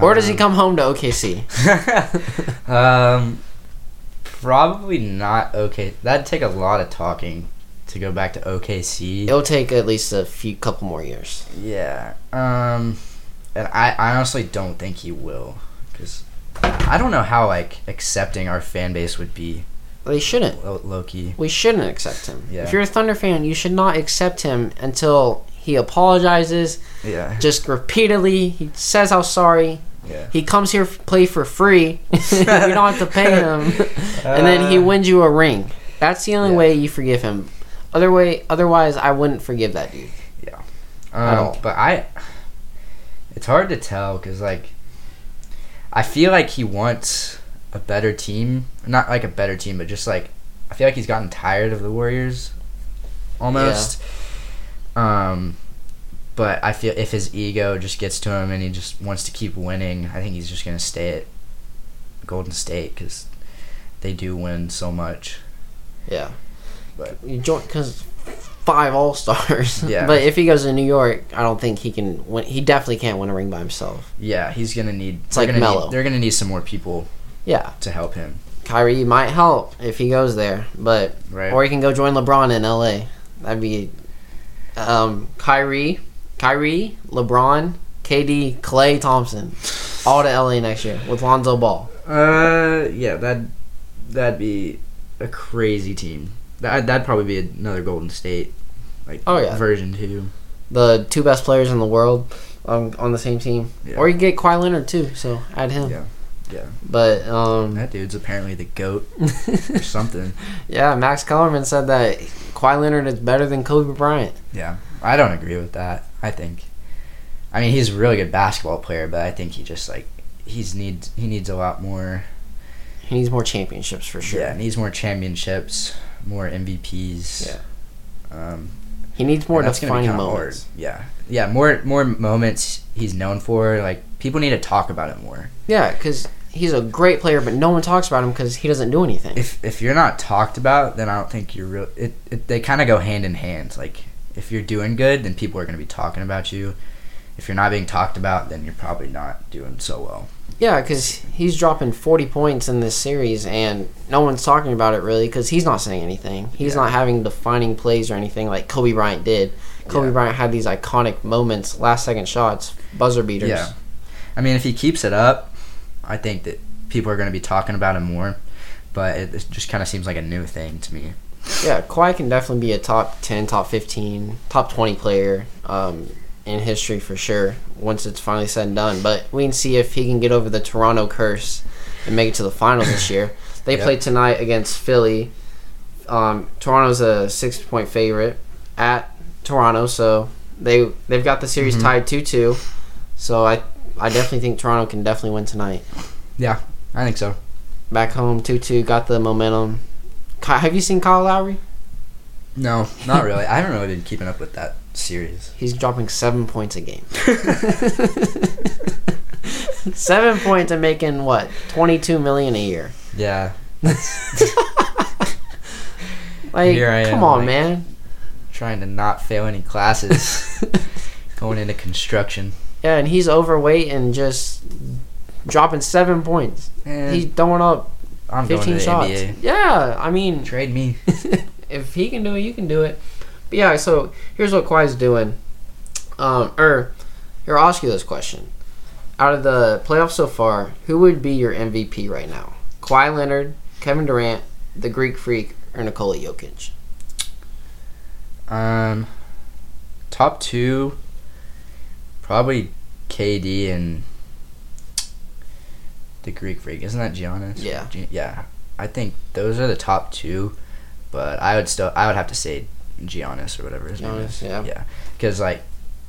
Speaker 1: Or does he come home to OKC?
Speaker 3: um, probably not. Okay, that'd take a lot of talking to go back to OKC.
Speaker 1: It'll take at least a few couple more years.
Speaker 3: Yeah. Um, and I, I honestly don't think he will, because I don't know how like accepting our fan base would be.
Speaker 1: They shouldn't.
Speaker 3: Lo- Loki.
Speaker 1: We shouldn't accept him.
Speaker 3: Yeah.
Speaker 1: If you're a Thunder fan, you should not accept him until he apologizes.
Speaker 3: Yeah.
Speaker 1: Just repeatedly, he says how sorry.
Speaker 3: Yeah.
Speaker 1: He comes here f- play for free. you don't have to pay him, and then he wins you a ring. That's the only
Speaker 3: Uh, Yeah.
Speaker 1: way you forgive him. Other way, otherwise, I wouldn't forgive that dude.
Speaker 3: Um,
Speaker 1: all.
Speaker 3: But I, it's hard to tell because like, I feel like he wants a better team, not like a better team, but just like I feel like he's gotten tired of the Warriors, almost. Um, but I feel if his ego just gets to him and he just wants to keep winning, I think he's just gonna stay at Golden State because they do win so much.
Speaker 1: Yeah.
Speaker 3: But-
Speaker 1: you join because five All Stars.
Speaker 3: Yeah.
Speaker 1: but if he goes to New York, I don't think he can. Win, he definitely can't win a ring by himself.
Speaker 3: Yeah, he's gonna need.
Speaker 1: It's
Speaker 3: they're
Speaker 1: like
Speaker 3: gonna
Speaker 1: Melo.
Speaker 3: Need, they're gonna need some more people
Speaker 1: Yeah,
Speaker 3: to help him,
Speaker 1: Kyrie might help if he goes there, but
Speaker 3: right?
Speaker 1: or he can go join LeBron in L.A. That'd be um, Kyrie, Kyrie, LeBron, KD, Clay Thompson, all to L.A. next year with Lonzo Ball.
Speaker 3: uh, yeah, that that'd be a crazy team. That that'd probably be another Golden State, like
Speaker 1: Oh, yeah.
Speaker 3: version two.
Speaker 1: The two best players in the world um, on the same team,
Speaker 3: Yeah.
Speaker 1: or you can get Kawhi Leonard too. So add him.
Speaker 3: Yeah. Yeah.
Speaker 1: But um,
Speaker 3: That dude's apparently the goat or something.
Speaker 1: Yeah, Max Kellerman said that Kawhi Leonard is better than Kobe Bryant.
Speaker 3: Yeah, I don't agree with that. I think, I mean, he's a really good basketball player, but I think he just like he's needs he needs a lot more.
Speaker 1: He needs more championships for sure.
Speaker 3: Yeah, needs more championships, more MVPs. Yeah, um,
Speaker 1: He needs more
Speaker 3: and that's gonna be
Speaker 1: defining
Speaker 3: kinda
Speaker 1: moments.
Speaker 3: Hard. Yeah, yeah, more more moments he's known for. Like people need to talk about it more.
Speaker 1: Yeah, because he's a great player, but no one talks about him because he doesn't do anything.
Speaker 3: If if you're not talked about, then I don't think you're real. It, it they kind of go hand in hand. Like if you're doing good, then people are going to be talking about you. If you're not being talked about, then you're probably not doing so well.
Speaker 1: Yeah, because he's dropping 40 points in this series, and no one's talking about it really because he's not saying anything. He's
Speaker 3: Yeah.
Speaker 1: not having defining plays or anything like Kobe Bryant did. Kobe
Speaker 3: Yeah.
Speaker 1: Bryant had these iconic moments, last second shots, buzzer beaters.
Speaker 3: Yeah. I mean, if he keeps it up, I think that people are going to be talking about him more. But it, it just kind of seems like a new thing to me.
Speaker 1: Yeah, Kawhi can definitely be a top 10, top 15, top 20 player um, in history for sure once it's finally said and done. But we can see if he can get over the Toronto curse and make it to the finals this year. They
Speaker 3: Yep.
Speaker 1: play tonight against Philly. Um, Toronto's a six point favorite at Toronto, so they they've got the series
Speaker 3: Mhm.
Speaker 1: tied two two. So I I definitely think Toronto can definitely win tonight.
Speaker 3: I think so.
Speaker 1: Back home two two got the momentum. Ky- Have you seen Kyle Lowry?
Speaker 3: No, not really. I haven't really been keeping up with that series.
Speaker 1: He's dropping seven points a game. seven points and making what twenty-two million a year.
Speaker 3: Yeah,
Speaker 1: Like,
Speaker 3: Here I am,
Speaker 1: come on,
Speaker 3: like-
Speaker 1: man.
Speaker 3: trying to not fail any classes, going into construction.
Speaker 1: Yeah, and he's overweight and just dropping seven points.
Speaker 3: And
Speaker 1: He's throwing up
Speaker 3: I'm going to
Speaker 1: fifteen
Speaker 3: the
Speaker 1: shots.
Speaker 3: NBA.
Speaker 1: Yeah, I mean,
Speaker 3: Trade me.
Speaker 1: if he can do it, you can do it. But yeah, so here's what Kawhi's doing. Um, or here, I'll ask you this question: Out of the playoffs so far, who would be your MVP right now? Kawhi Leonard, Kevin Durant, the Greek Freak, or Nikola Jokic?
Speaker 3: Um, top two, probably KD and the Greek Freak. Isn't that Giannis?
Speaker 1: Yeah.
Speaker 3: Gi- yeah. I think those are the top two, but I would still I would have to say Giannis or whatever his name is.
Speaker 1: Giannis, yeah.
Speaker 3: Yeah. Because like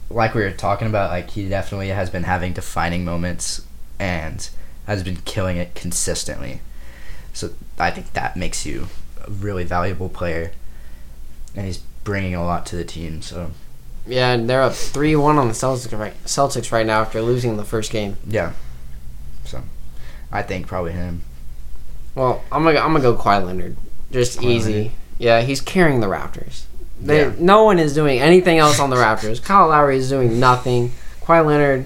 Speaker 3: like we were talking about, like he definitely has been having defining moments and has been killing it consistently. So I think that makes you a really valuable player, and he's bringing a lot to the team. So
Speaker 1: Yeah, and they're up three-one on the Celtics right, Celtics right now after losing the first game.
Speaker 3: yeah, so I think probably him.
Speaker 1: Well, I'm gonna I'm gonna go Kawhi Leonard, just
Speaker 3: Kawhi
Speaker 1: easy.
Speaker 3: Leonard.
Speaker 1: Yeah, he's carrying the Raptors. They,
Speaker 3: Yeah.
Speaker 1: No one is doing anything else on the Raptors. Kyle Lowry is doing nothing. Kawhi Leonard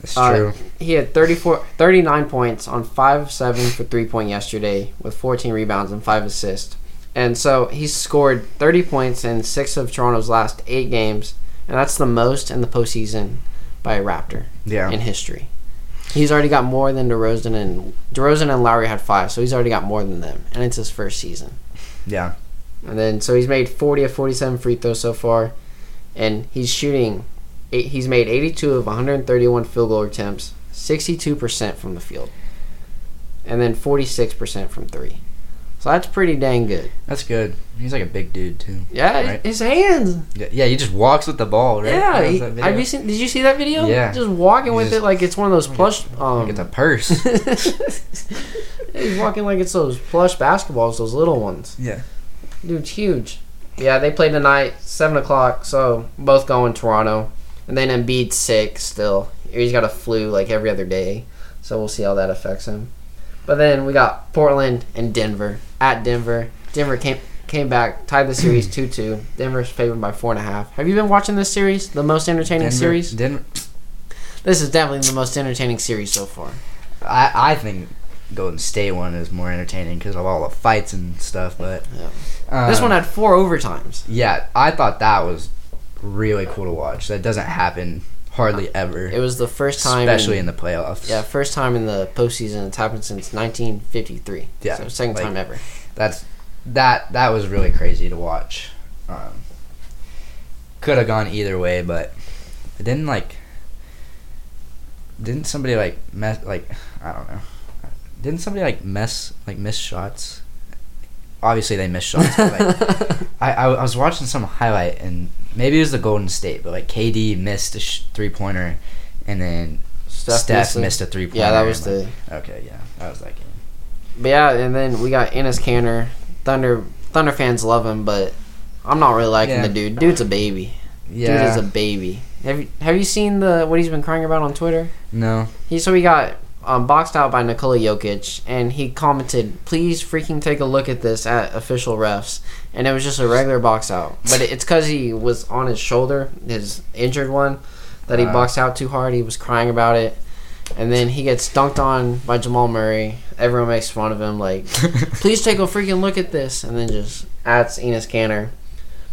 Speaker 3: That's
Speaker 1: Uh,
Speaker 3: true.
Speaker 1: He had 34, 39 points on 5 of 7 for 3 point yesterday with 14 rebounds and 5 assists. And so he scored 30 points in 6 of Toronto's last 8 games, and that's the most in the postseason by a Raptor
Speaker 3: Yeah,
Speaker 1: in history. He's already got more than DeRozan and DeRozan and Lowry had 5, so he's already got more than them, and it's his first season.
Speaker 3: yeah,
Speaker 1: And then so he's made 40 of 47 free throws so far, and he's shooting. Eight, he's made 82 of 131 field goal attempts, 62% from the field, and then 46% from three. So that's pretty dang good.
Speaker 3: that's good. He's like a big dude too.
Speaker 1: Yeah,
Speaker 3: Right.
Speaker 1: his hands.
Speaker 3: Yeah, yeah he just walks with the ball, right?
Speaker 1: Yeah,
Speaker 3: How's
Speaker 1: he-
Speaker 3: that
Speaker 1: have
Speaker 3: video?
Speaker 1: you seen? Did you see that video?
Speaker 3: Yeah.
Speaker 1: just walking
Speaker 3: He
Speaker 1: with
Speaker 3: just-
Speaker 1: it like it's one of those plush. Um,
Speaker 3: Look at the purse.
Speaker 1: he's walking like it's those plush basketballs, those little ones.
Speaker 3: yeah,
Speaker 1: Dude's huge. Yeah, they play tonight, seven o'clock. So both going Toronto, and then Embiid's sick still. He's got a flu like every other day, so we'll see how that affects him. But then we got Portland and Denver at Denver. Denver came came back, tied the series 2 2. Denver's favored by 4.5. Have you been watching this series? The most entertaining
Speaker 3: Denver-
Speaker 1: series?
Speaker 3: Denver,
Speaker 1: This is definitely the most entertaining series so far.
Speaker 3: I, I think Golden State one is more entertaining because of all the fights and stuff. But
Speaker 1: Yeah.
Speaker 3: um,
Speaker 1: this one had four overtimes.
Speaker 3: yeah, I thought that was really cool to watch. That doesn't happen hardly ever,
Speaker 1: It was the first time.
Speaker 3: especially in the playoffs.
Speaker 1: Yeah, first time in the postseason. It's happened since 1953.
Speaker 3: Yeah,
Speaker 1: So, second
Speaker 3: like-
Speaker 1: time ever.
Speaker 3: that's that that was really crazy to watch. Um, Could have gone either way, but it didn't like. Didn't somebody like mess like I don't know? Didn't somebody like mess like miss shots? Obviously they missed shots. But, like, I, I I was watching some highlight and maybe it was the Golden State, but like KD missed a sh- three pointer, and then Steph,
Speaker 1: missed it.
Speaker 3: missed a three pointer.
Speaker 1: Yeah, that was the.
Speaker 3: okay. Yeah, that was that game.
Speaker 1: But yeah, and then we got Ennis Canner. Thunder Thunder fans love him, but I'm not really liking
Speaker 3: Yeah.
Speaker 1: the dude. Dude's a baby. Dude
Speaker 3: Yeah,
Speaker 1: is a baby. Have you have you seen the what he's been crying about on Twitter?
Speaker 3: no.
Speaker 1: He so he got um, boxed out by Nikola Jokic, and he commented, "Please freaking take a look at this at official refs." And it was just a regular box out, but it- it's because he was on his shoulder, his injured one, that he
Speaker 3: Wow.
Speaker 1: boxed out too hard. He was crying about it, and then he gets dunked on by Jamal Murray. Everyone makes fun of him, like, "Please take a freaking look at this," and then just adds Enos Kanter.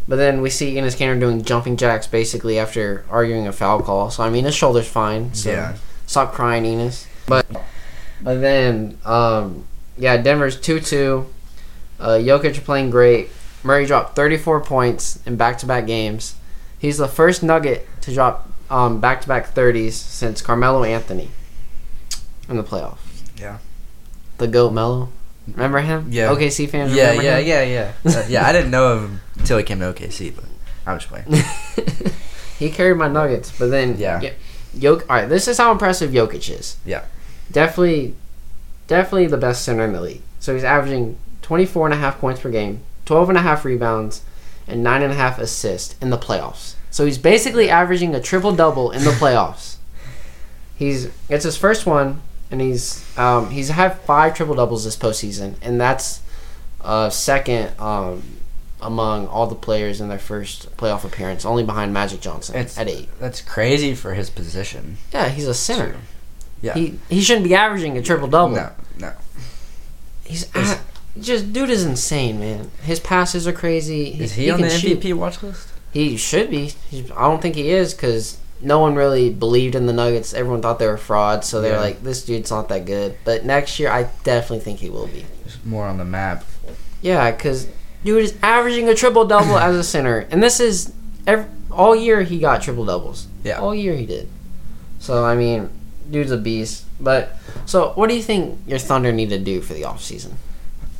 Speaker 1: But then we see Enos Kanter doing jumping jacks basically after arguing a foul call. So I mean, his shoulder's fine. So
Speaker 3: Yeah.
Speaker 1: Stop crying, Enos. But and then um, yeah, Denver's two two. Uh, Jokic playing great. Murray dropped thirty four points in back to back games. He's the first Nugget to drop um back to back thirties since Carmelo Anthony in the playoff.
Speaker 3: Yeah.
Speaker 1: The goat Mello. Remember him?
Speaker 3: Yeah.
Speaker 1: OKC fans.
Speaker 3: Yeah,
Speaker 1: remember
Speaker 3: yeah,
Speaker 1: him?
Speaker 3: yeah, yeah, Uh, yeah. I didn't know of him until he came to OKC, but I'm just playing.
Speaker 1: he carried my Nuggets, but then
Speaker 3: Yeah.
Speaker 1: Jok- all right, this is how impressive Jokic is.
Speaker 3: Yeah.
Speaker 1: Definitely definitely the best center in the league. So he's averaging 24 and a half points per game, 12 and a half rebounds, and nine and a half assists in the playoffs. So he's basically averaging a triple double in the playoffs. He's it's his first one, and he's um, he's had five triple doubles this postseason, and that's uh, second um, among all the players in their first playoff appearance, only behind Magic Johnson
Speaker 3: It's-
Speaker 1: at eight.
Speaker 3: That's crazy for his position.
Speaker 1: Yeah, he's a center.
Speaker 3: Yeah.
Speaker 1: He he shouldn't be averaging a triple double.
Speaker 3: No, no.
Speaker 1: He's a- just dude is insane, man. His passes are crazy.
Speaker 3: Is he, on the
Speaker 1: can shoot.
Speaker 3: MVP watch list?
Speaker 1: He should be. He's, I don't think he is because no one really believed in the Nuggets. Everyone thought they were frauds, so they're
Speaker 3: Yeah.
Speaker 1: like, this dude's not that good. But next year, I definitely think he will be.
Speaker 3: Just more on the map.
Speaker 1: Yeah, because dude is averaging a triple double as a center, and this is ev all year he got triple doubles.
Speaker 3: Yeah.
Speaker 1: all year he did. So I mean, dude's a beast. But so, what do you think your Thunder need to do for the offseason?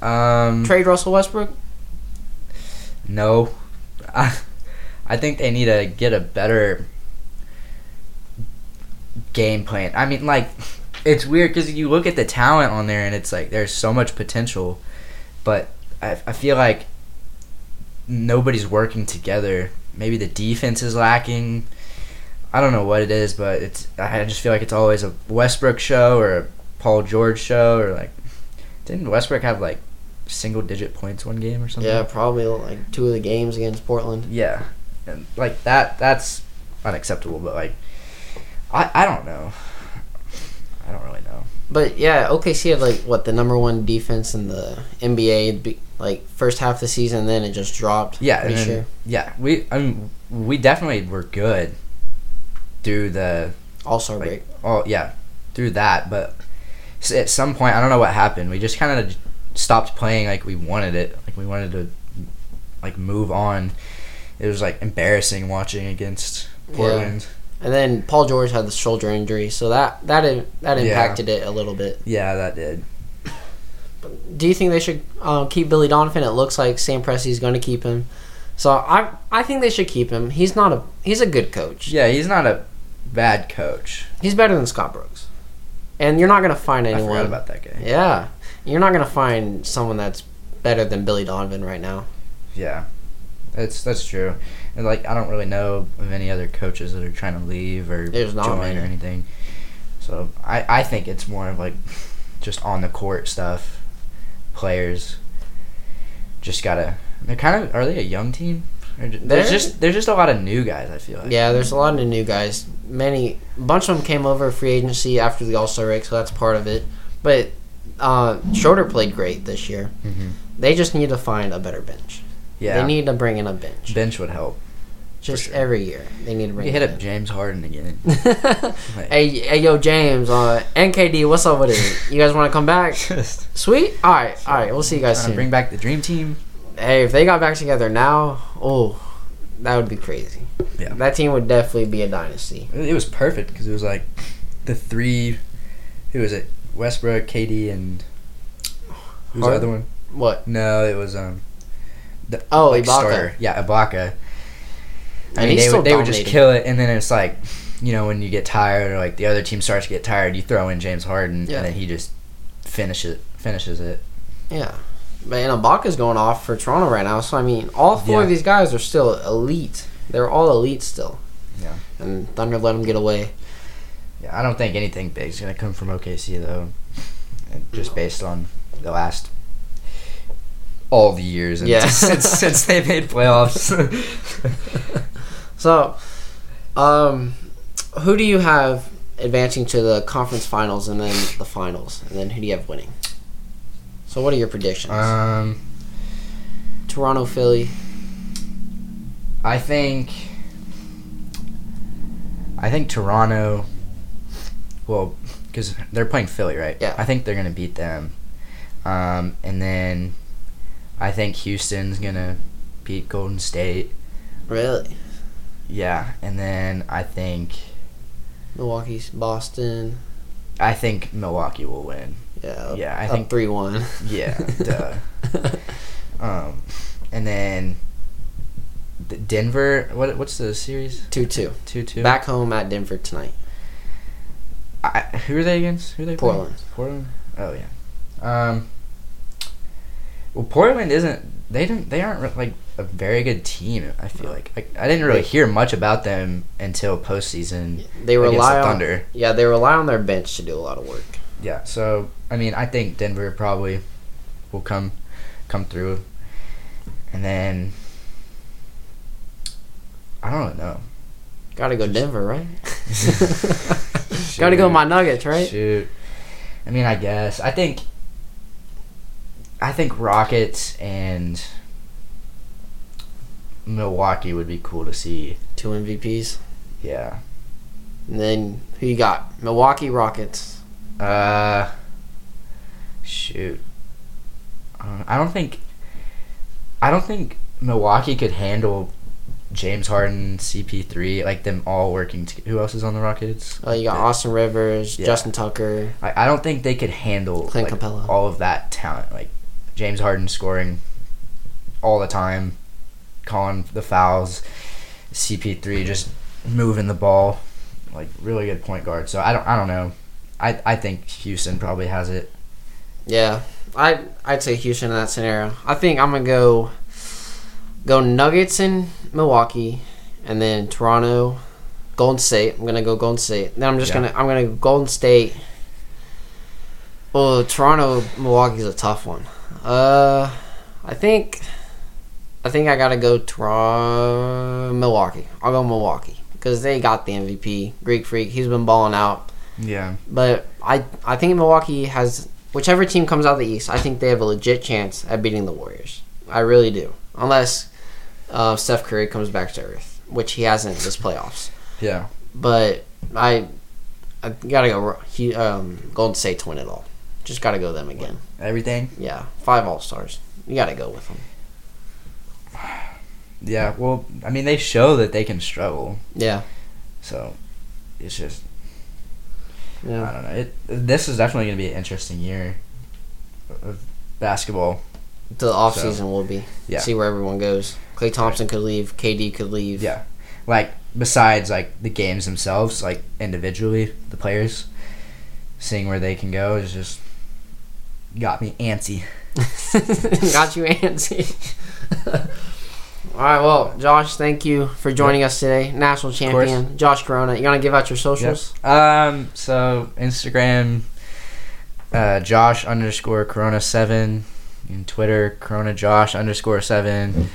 Speaker 3: Um,
Speaker 1: Trade Russell Westbrook?
Speaker 3: no. I, I think they need to get a better game plan. I mean, like, it's weird because you look at the talent on there and it's like there's so much potential, but I, I feel like nobody's working together. Maybe the defense is lacking. I don't know what it is, but it's. I just feel like it's always a Westbrook show or a Paul George show or like. Didn't Westbrook have like single digit points one game or something?
Speaker 1: Yeah, probably like two of the games against Portland.
Speaker 3: Yeah, and like that. That's unacceptable. But like, I I don't know. I don't really know.
Speaker 1: But yeah, OKC had like what the number one defense in the NBA, be- like first half of the season. Then it just dropped.
Speaker 3: Yeah,
Speaker 1: pretty
Speaker 3: and then-
Speaker 1: sure.
Speaker 3: yeah. We I mean we definitely were good through the
Speaker 1: All star
Speaker 3: like-
Speaker 1: break.
Speaker 3: oh yeah through that. But s- at some point I don't know what happened. We just kind of stopped playing like we wanted it. Like we wanted to like move on. It was like embarrassing watching against
Speaker 1: Yeah.
Speaker 3: Portland.
Speaker 1: And then Paul George had the shoulder injury, so that that i- that
Speaker 3: Yeah.
Speaker 1: impacted it a little bit.
Speaker 3: Yeah, that did.
Speaker 1: Do you think they should um, keep Billy Donovan? It looks like Sam Presti's going to keep him. So I I think they should keep him. He's not a he's a good coach.
Speaker 3: Yeah, he's not a bad coach.
Speaker 1: He's better than Scott Brooks. And you're not going to find
Speaker 3: I
Speaker 1: anyone.
Speaker 3: forgot about that guy.
Speaker 1: yeah, you're not going to find someone that's better than Billy Donovan right now.
Speaker 3: Yeah, that's that's true. And like, I don't really know of any other coaches that are trying to leave or
Speaker 1: There's not
Speaker 3: join
Speaker 1: many.
Speaker 3: or anything. So I I think it's more of like just on the court stuff. Players just gotta They're kind of are they a young team? Or ju-
Speaker 1: They're-
Speaker 3: There's just there's just a lot of new guys. I feel like.
Speaker 1: Yeah, there's a lot of new guys. Many, a bunch of them came over free agency after the All Star break, so that's part of it. But uh, Schroeder played great this year.
Speaker 3: Mhm.
Speaker 1: They just need to find a better bench.
Speaker 3: Yeah.
Speaker 1: They need to bring in a bench.
Speaker 3: bench would help.
Speaker 1: just
Speaker 3: sure.
Speaker 1: every year, they need to
Speaker 3: We
Speaker 1: bring.
Speaker 3: could hit
Speaker 1: in a
Speaker 3: up James Harden again.
Speaker 1: bench.
Speaker 3: Like,
Speaker 1: hey, hey, yo, James, uh, NKD, what's up with it? You guys want to come back?
Speaker 3: just
Speaker 1: Sweet. All right, all right. We'll see you guys
Speaker 3: trying to
Speaker 1: soon.
Speaker 3: bring back the dream team.
Speaker 1: hey, if they got back together now, oh, that would be crazy.
Speaker 3: Yeah.
Speaker 1: That team would definitely be a dynasty.
Speaker 3: It it was perfect because it was like the three. Who was it? Westbrook, KD, and who's the
Speaker 1: Harden?
Speaker 3: other one?
Speaker 1: What?
Speaker 3: No, it was um. The,
Speaker 1: Oh,
Speaker 3: like,
Speaker 1: Ibaka.
Speaker 3: starter. Yeah, Ibaka. I mean,
Speaker 1: he's
Speaker 3: they
Speaker 1: still
Speaker 3: would, they would just
Speaker 1: dominating.
Speaker 3: kill it, and then it's like, you know, when you get tired or like the other team starts to get tired, you throw in James Harden,
Speaker 1: Yeah.
Speaker 3: and then he just finishes finishes it.
Speaker 1: Yeah. Man, Ibaka's going off for Toronto right now. So I mean, all four of
Speaker 3: Yeah.
Speaker 1: these guys are still elite. They're all elite still.
Speaker 3: Yeah.
Speaker 1: And Thunder let them get away.
Speaker 3: Yeah, I don't think anything big is gonna come from OKC though, and just based on the last all the years and
Speaker 1: Yeah.
Speaker 3: since since they made playoffs.
Speaker 1: So, um, who do you have advancing to the conference finals and then the finals, and then who do you have winning? So what are your predictions?
Speaker 3: um,
Speaker 1: Toronto, Philly.
Speaker 3: I think I think Toronto. Well, because they're playing Philly, right?
Speaker 1: Yeah.
Speaker 3: I think they're gonna beat them, um, and then I think Houston's gonna beat Golden State.
Speaker 1: Really?
Speaker 3: Yeah, and then I think
Speaker 1: Milwaukee's Boston.
Speaker 3: I think Milwaukee will win.
Speaker 1: Yeah.
Speaker 3: Yeah, I
Speaker 1: up
Speaker 3: think-
Speaker 1: three one.
Speaker 3: Yeah, duh. Um, and then D- Denver. What what's the series?
Speaker 1: Two two.
Speaker 3: Two two.
Speaker 1: Back home at Denver tonight.
Speaker 3: I, who are they against? Who are they? playing?
Speaker 1: Portland.
Speaker 3: Portland. Oh yeah. Um. Well, Portland isn't. They don't. They aren't re- like a very good team. I feel like. Like I didn't really hear much about them until postseason.
Speaker 1: They
Speaker 3: against
Speaker 1: rely
Speaker 3: the
Speaker 1: on
Speaker 3: Thunder.
Speaker 1: Yeah, they rely on their bench to do a lot of work.
Speaker 3: Yeah. So I mean, I think Denver probably will come come through, and then I don't know.
Speaker 1: Gotta go Denver, right? Gotta go
Speaker 3: Shoot.
Speaker 1: my Nuggets, right?
Speaker 3: Shoot. I mean, I guess. I think. I think Rockets and Milwaukee would be cool to see.
Speaker 1: Two MVPs.
Speaker 3: Yeah.
Speaker 1: And then who you got? Milwaukee Rockets.
Speaker 3: Uh. Shoot. I don't- I don't think. I don't think Milwaukee could handle James Harden, CP3, like them all working. To, who else is on the Rockets?
Speaker 1: Uh, you got Austin Rivers,
Speaker 3: Yeah.
Speaker 1: Justin Tucker.
Speaker 3: I, I don't think they could handle
Speaker 1: Clint
Speaker 3: like,
Speaker 1: Capella.
Speaker 3: all of that talent. Like James Harden scoring all the time, calling the fouls, CP3 just moving the ball, like really good point guard. So I don't I don't know. I I think Houston probably has it.
Speaker 1: Yeah, I I'd say Houston in that scenario. I think I'm gonna go go Nuggets in Milwaukee, and then Toronto, Golden State. I'm gonna go Golden State. Then I'm just
Speaker 3: Yeah.
Speaker 1: gonna I'm gonna go Golden State. Well, Toronto, Milwaukee's a tough one. Uh, I think I think I gotta go Toronto, Milwaukee. I'll go Milwaukee because they got the MVP, Greek Freak. He's been balling out.
Speaker 3: Yeah.
Speaker 1: But I I think Milwaukee has whichever team comes out of the East, I think they have a legit chance at beating the Warriors. I really do, unless uh, Steph Curry comes back to earth, which he hasn't this playoffs.
Speaker 3: Yeah.
Speaker 1: But I I gotta go. Ro- He, um, Golden State to win it all. Just gotta go them again.
Speaker 3: Everything.
Speaker 1: Yeah, five All Stars. You gotta go with them.
Speaker 3: Yeah. Well, I mean they show that they can struggle.
Speaker 1: Yeah,
Speaker 3: So it's just I
Speaker 1: yeah.
Speaker 3: don't know. It this is definitely going to be an interesting year of basketball.
Speaker 1: The off season will be.
Speaker 3: Yeah.
Speaker 1: See where everyone goes. Clay Thompson could leave. KD could leave.
Speaker 3: Yeah. Like besides like the games themselves, like individually, the players seeing where they can go is just got me antsy.
Speaker 1: Got you, Andy. All right, well, Josh, thank you for joining us today. National
Speaker 3: course.
Speaker 1: champion, Josh Corona. You want to give out your socials?
Speaker 3: Um so Instagram uh Josh underscore Corona seven and Twitter, Corona Josh underscore seven.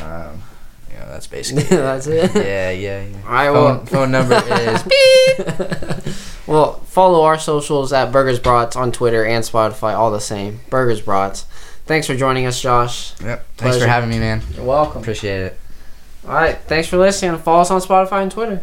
Speaker 3: Um, you know, that's basically. it.
Speaker 1: That's it?
Speaker 3: Yeah, yeah. yeah.
Speaker 1: All right,
Speaker 3: phone,
Speaker 1: well-
Speaker 3: phone number is.
Speaker 1: well, follow our socials at Burgers Brats on Twitter and Spotify, all the same. Burgers Brats. Thanks for joining us, Josh.
Speaker 3: Yep. Thanks
Speaker 1: Pleasure.
Speaker 3: for having me, man.
Speaker 1: You're welcome.
Speaker 3: Appreciate it.
Speaker 1: All right, thanks for listening. Follow us on Spotify and Twitter.